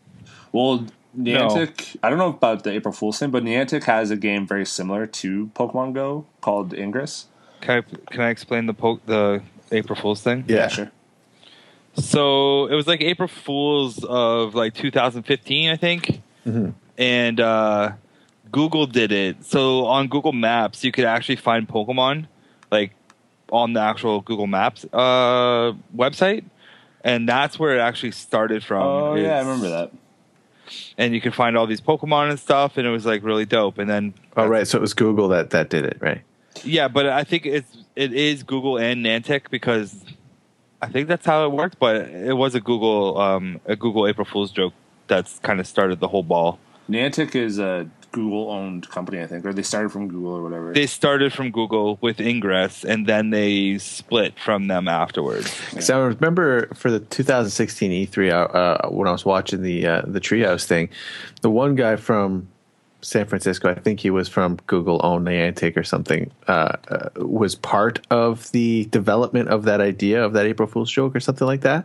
Speaker 3: Well, Niantic, I don't know about the April Fool's thing, but Niantic has a game very similar to Pokemon Go called Ingress.
Speaker 1: Can I, can I explain the po- the April Fool's thing?
Speaker 2: yeah,
Speaker 1: So it was like April Fools of like 2015, I think.
Speaker 3: Mm-hmm.
Speaker 1: And uh, Google did it. So on Google Maps, you could actually find Pokemon like on the actual Google Maps uh, website. And that's where it actually started from.
Speaker 2: Um,
Speaker 3: Oh yeah, I
Speaker 1: It's-
Speaker 3: remember that.
Speaker 1: And you could find all these Pokemon and stuff, and it was like really dope. And then,
Speaker 2: Oh right, so it was Google that that did it, right?
Speaker 1: yeah, but I think it's it is Google and Nantech because I think that's how it worked. But it was a Google um, a Google April Fool's joke that's kind of started the whole ball.
Speaker 3: Niantic is a Google-owned company, I think, or they started from Google or whatever.
Speaker 1: They started from Google with Ingress, and then they split from them afterwards.
Speaker 2: Because I remember for the 2016 E3, uh, when I was watching the uh, the Treehouse thing, the one guy from San Francisco, I think he was from Google owned Niantic or something, uh, uh, was part of the development of that idea of that April Fool's joke or something like that,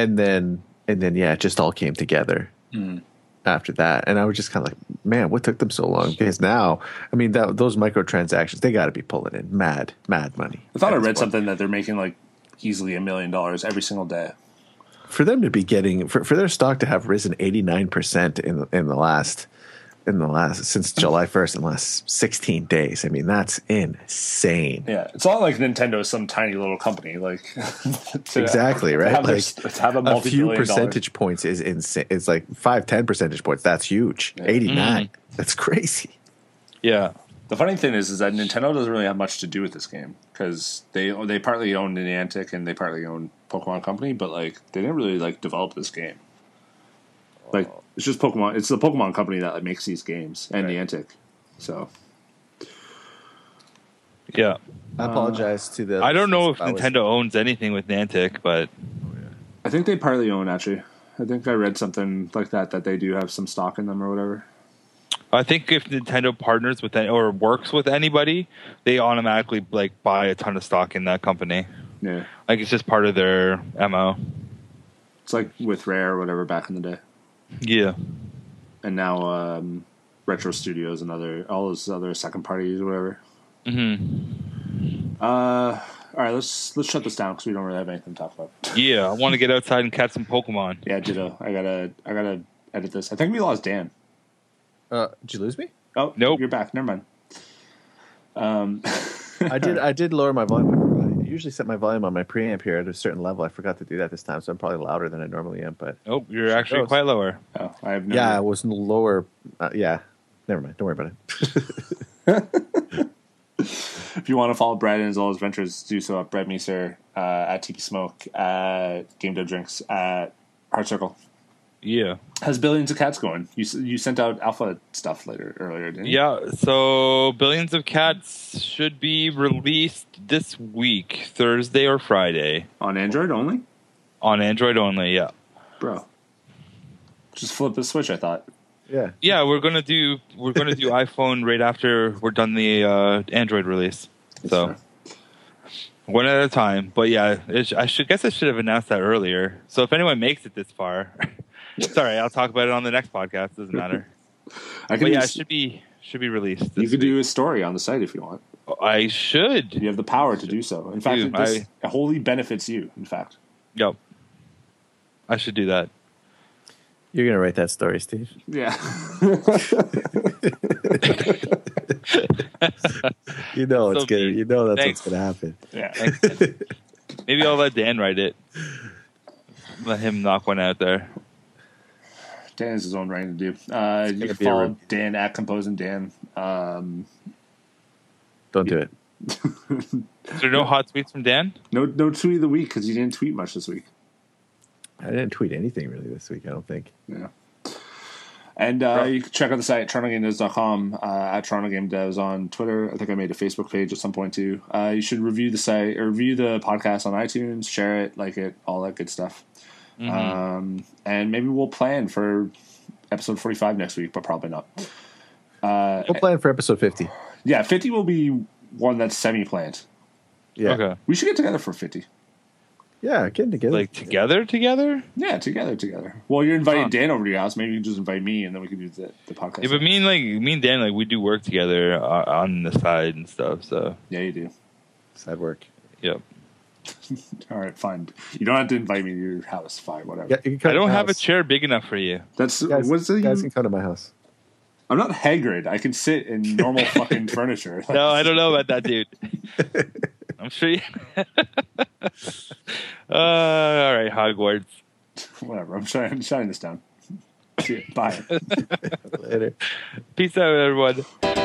Speaker 2: and then and then yeah, it just all came together
Speaker 3: Mm.
Speaker 2: after that. And I was just kind of like, man, what took them so long? Because now, I mean, that, those microtransactions, they got to be pulling in mad mad money.
Speaker 3: I thought I
Speaker 2: at this
Speaker 3: read
Speaker 2: point.
Speaker 3: something that they're making like easily a million dollars every single day.
Speaker 2: for them to be getting for, for their stock to have risen 89% in the- in the last in the last since July 1st in the last 16 days. I mean, that's insane.
Speaker 3: Yeah, it's not like Nintendo is some tiny little company. Like to
Speaker 2: Exactly, right?
Speaker 3: have, their-
Speaker 2: Like
Speaker 3: to have a,
Speaker 2: a few
Speaker 3: multi-billion dollar-
Speaker 2: percentage points is insane. It's like 5 10 percentage points. That's huge. 89. That's crazy.
Speaker 1: Yeah,
Speaker 3: The funny thing is, is that Nintendo doesn't really have much to do with this game because they they partly own Niantic and they partly own Pokemon Company, but like they didn't really like develop this game. Like it's just Pokemon. It's the Pokemon Company that like, makes these games and Niantic. So
Speaker 1: yeah.
Speaker 2: I apologize to the
Speaker 1: I don't know if
Speaker 2: I was-
Speaker 1: Nintendo owns anything with Nantech, but
Speaker 3: I think they partly own actually. I think I read something like that that they do have some stock in them or whatever.
Speaker 1: I think if Nintendo partners with any, or works with anybody, they automatically like buy a ton of stock in that company.
Speaker 3: Yeah,
Speaker 1: Like it's just part of their mo.
Speaker 3: it's like with Rare or whatever back in the day,
Speaker 1: Yeah.
Speaker 3: and now um, Retro Studios and other all those other second parties or whatever.
Speaker 1: hmm
Speaker 3: Uh, all right, let's let's shut this down because we don't really have anything to talk about.
Speaker 1: Yeah. I want to get outside and catch some Pokemon.
Speaker 3: Yeah, ditto. I gotta I gotta edit this. I think we lost Dan.
Speaker 2: Uh, did you lose me?
Speaker 3: Oh
Speaker 1: Nope.
Speaker 3: you're back. Never mind. Um,
Speaker 2: I did I did lower my volume. I usually set my volume on my preamp here at a certain level. I forgot to do that this time, so I'm probably louder than I normally am, but
Speaker 1: Oh, you're actually
Speaker 2: goes.
Speaker 1: quite lower.
Speaker 3: oh, I have no.
Speaker 2: Yeah, it was lower. Uh, yeah, never mind. Don't worry about it.
Speaker 3: If you want to follow Brad and his all his ventures, do so at Brad Meeser, uh, at TP Smoke, at Game Dev Drinks, at Heart Circle.
Speaker 1: Yeah.
Speaker 3: How's billions of cats going? You s- you sent out alpha stuff later earlier, didn't you?
Speaker 1: Yeah. So Billions of Cats should be released this week, Thursday or Friday,
Speaker 3: On Android only,
Speaker 1: on Android only. Yeah.
Speaker 3: bro. Just flip the switch. I thought.
Speaker 2: Yeah,
Speaker 1: Yeah, we're gonna do we're gonna do iPhone right after we're done the uh, Android release. so
Speaker 3: fair.
Speaker 1: one at a time. But yeah, it, sh- I should guess I should have announced that earlier. So if anyone makes it this far, sorry, I'll talk about it on the next podcast. Doesn't matter.
Speaker 3: I
Speaker 1: But
Speaker 3: can.
Speaker 1: yeah, it
Speaker 3: ins-
Speaker 1: should be should be released.
Speaker 3: You
Speaker 1: This
Speaker 3: could do a story on the site if you want.
Speaker 1: I should.
Speaker 3: You have the power to do so. In fact,
Speaker 1: Dude,
Speaker 3: it just wholly benefits you. In fact,
Speaker 1: Yep. I should do that.
Speaker 2: You're gonna write that story, Steve.
Speaker 3: yeah.
Speaker 2: You know
Speaker 1: So
Speaker 2: it's gonna.
Speaker 1: mean.
Speaker 2: You know that's
Speaker 1: Thanks.
Speaker 2: what's gonna happen.
Speaker 3: yeah.
Speaker 1: Maybe I'll let Dan write it. Let him knock one out there.
Speaker 3: Dan is his own writing to do. Uh, you
Speaker 2: gonna
Speaker 3: can
Speaker 2: be a
Speaker 3: follow
Speaker 2: review.
Speaker 3: Dan at Composing Dan. Um,
Speaker 2: Don't do it.
Speaker 1: Is there no hot tweets from Dan?
Speaker 3: no, no tweet of the week because you didn't tweet much this week.
Speaker 2: I didn't tweet anything really this week. I don't think.
Speaker 3: Yeah. And uh, you can check out the site, TorontoGameDevs.com, uh, at Toronto Game Devs on Twitter. I think I made a Facebook page at some point too. Uh, you should review the site, or review the podcast on iTunes, share it, like it, all that good stuff.
Speaker 1: Mm-hmm.
Speaker 3: Um, and maybe we'll plan for episode 45 next week, but probably not. Uh,
Speaker 2: We'll plan for episode fifty.
Speaker 3: yeah, 50 will be one that's semi planned.
Speaker 2: Yeah.
Speaker 1: Okay.
Speaker 3: We should get together for 50.
Speaker 2: Yeah. Getting together.
Speaker 1: Like together, together.
Speaker 3: Yeah, together, together. Well, you're inviting
Speaker 1: Huh.
Speaker 3: Dan over to your house. Maybe you can just invite me, and then we can do the, the podcast.
Speaker 1: Yeah, but me and like me and Dan like we do work together uh, on the side and stuff. So
Speaker 3: yeah, you do.
Speaker 2: side work.
Speaker 1: yep.
Speaker 3: All right, fine. You don't have to invite me to your house. Fine, whatever.
Speaker 2: Yeah, you can come
Speaker 1: I
Speaker 2: to
Speaker 1: don't
Speaker 2: my
Speaker 1: have a
Speaker 2: house.
Speaker 1: chair big enough for you.
Speaker 3: That's
Speaker 2: Guys,
Speaker 3: what's the,
Speaker 2: guys can come to my house.
Speaker 3: I'm not Hagrid. I can sit in normal fucking furniture.
Speaker 1: No, I don't know about that, dude. I'm sure. You... uh, all right, Hogwarts.
Speaker 3: Whatever. I'm shutting, I'm shutting this down. See ya. Bye.
Speaker 2: Later.
Speaker 1: Peace out, everyone.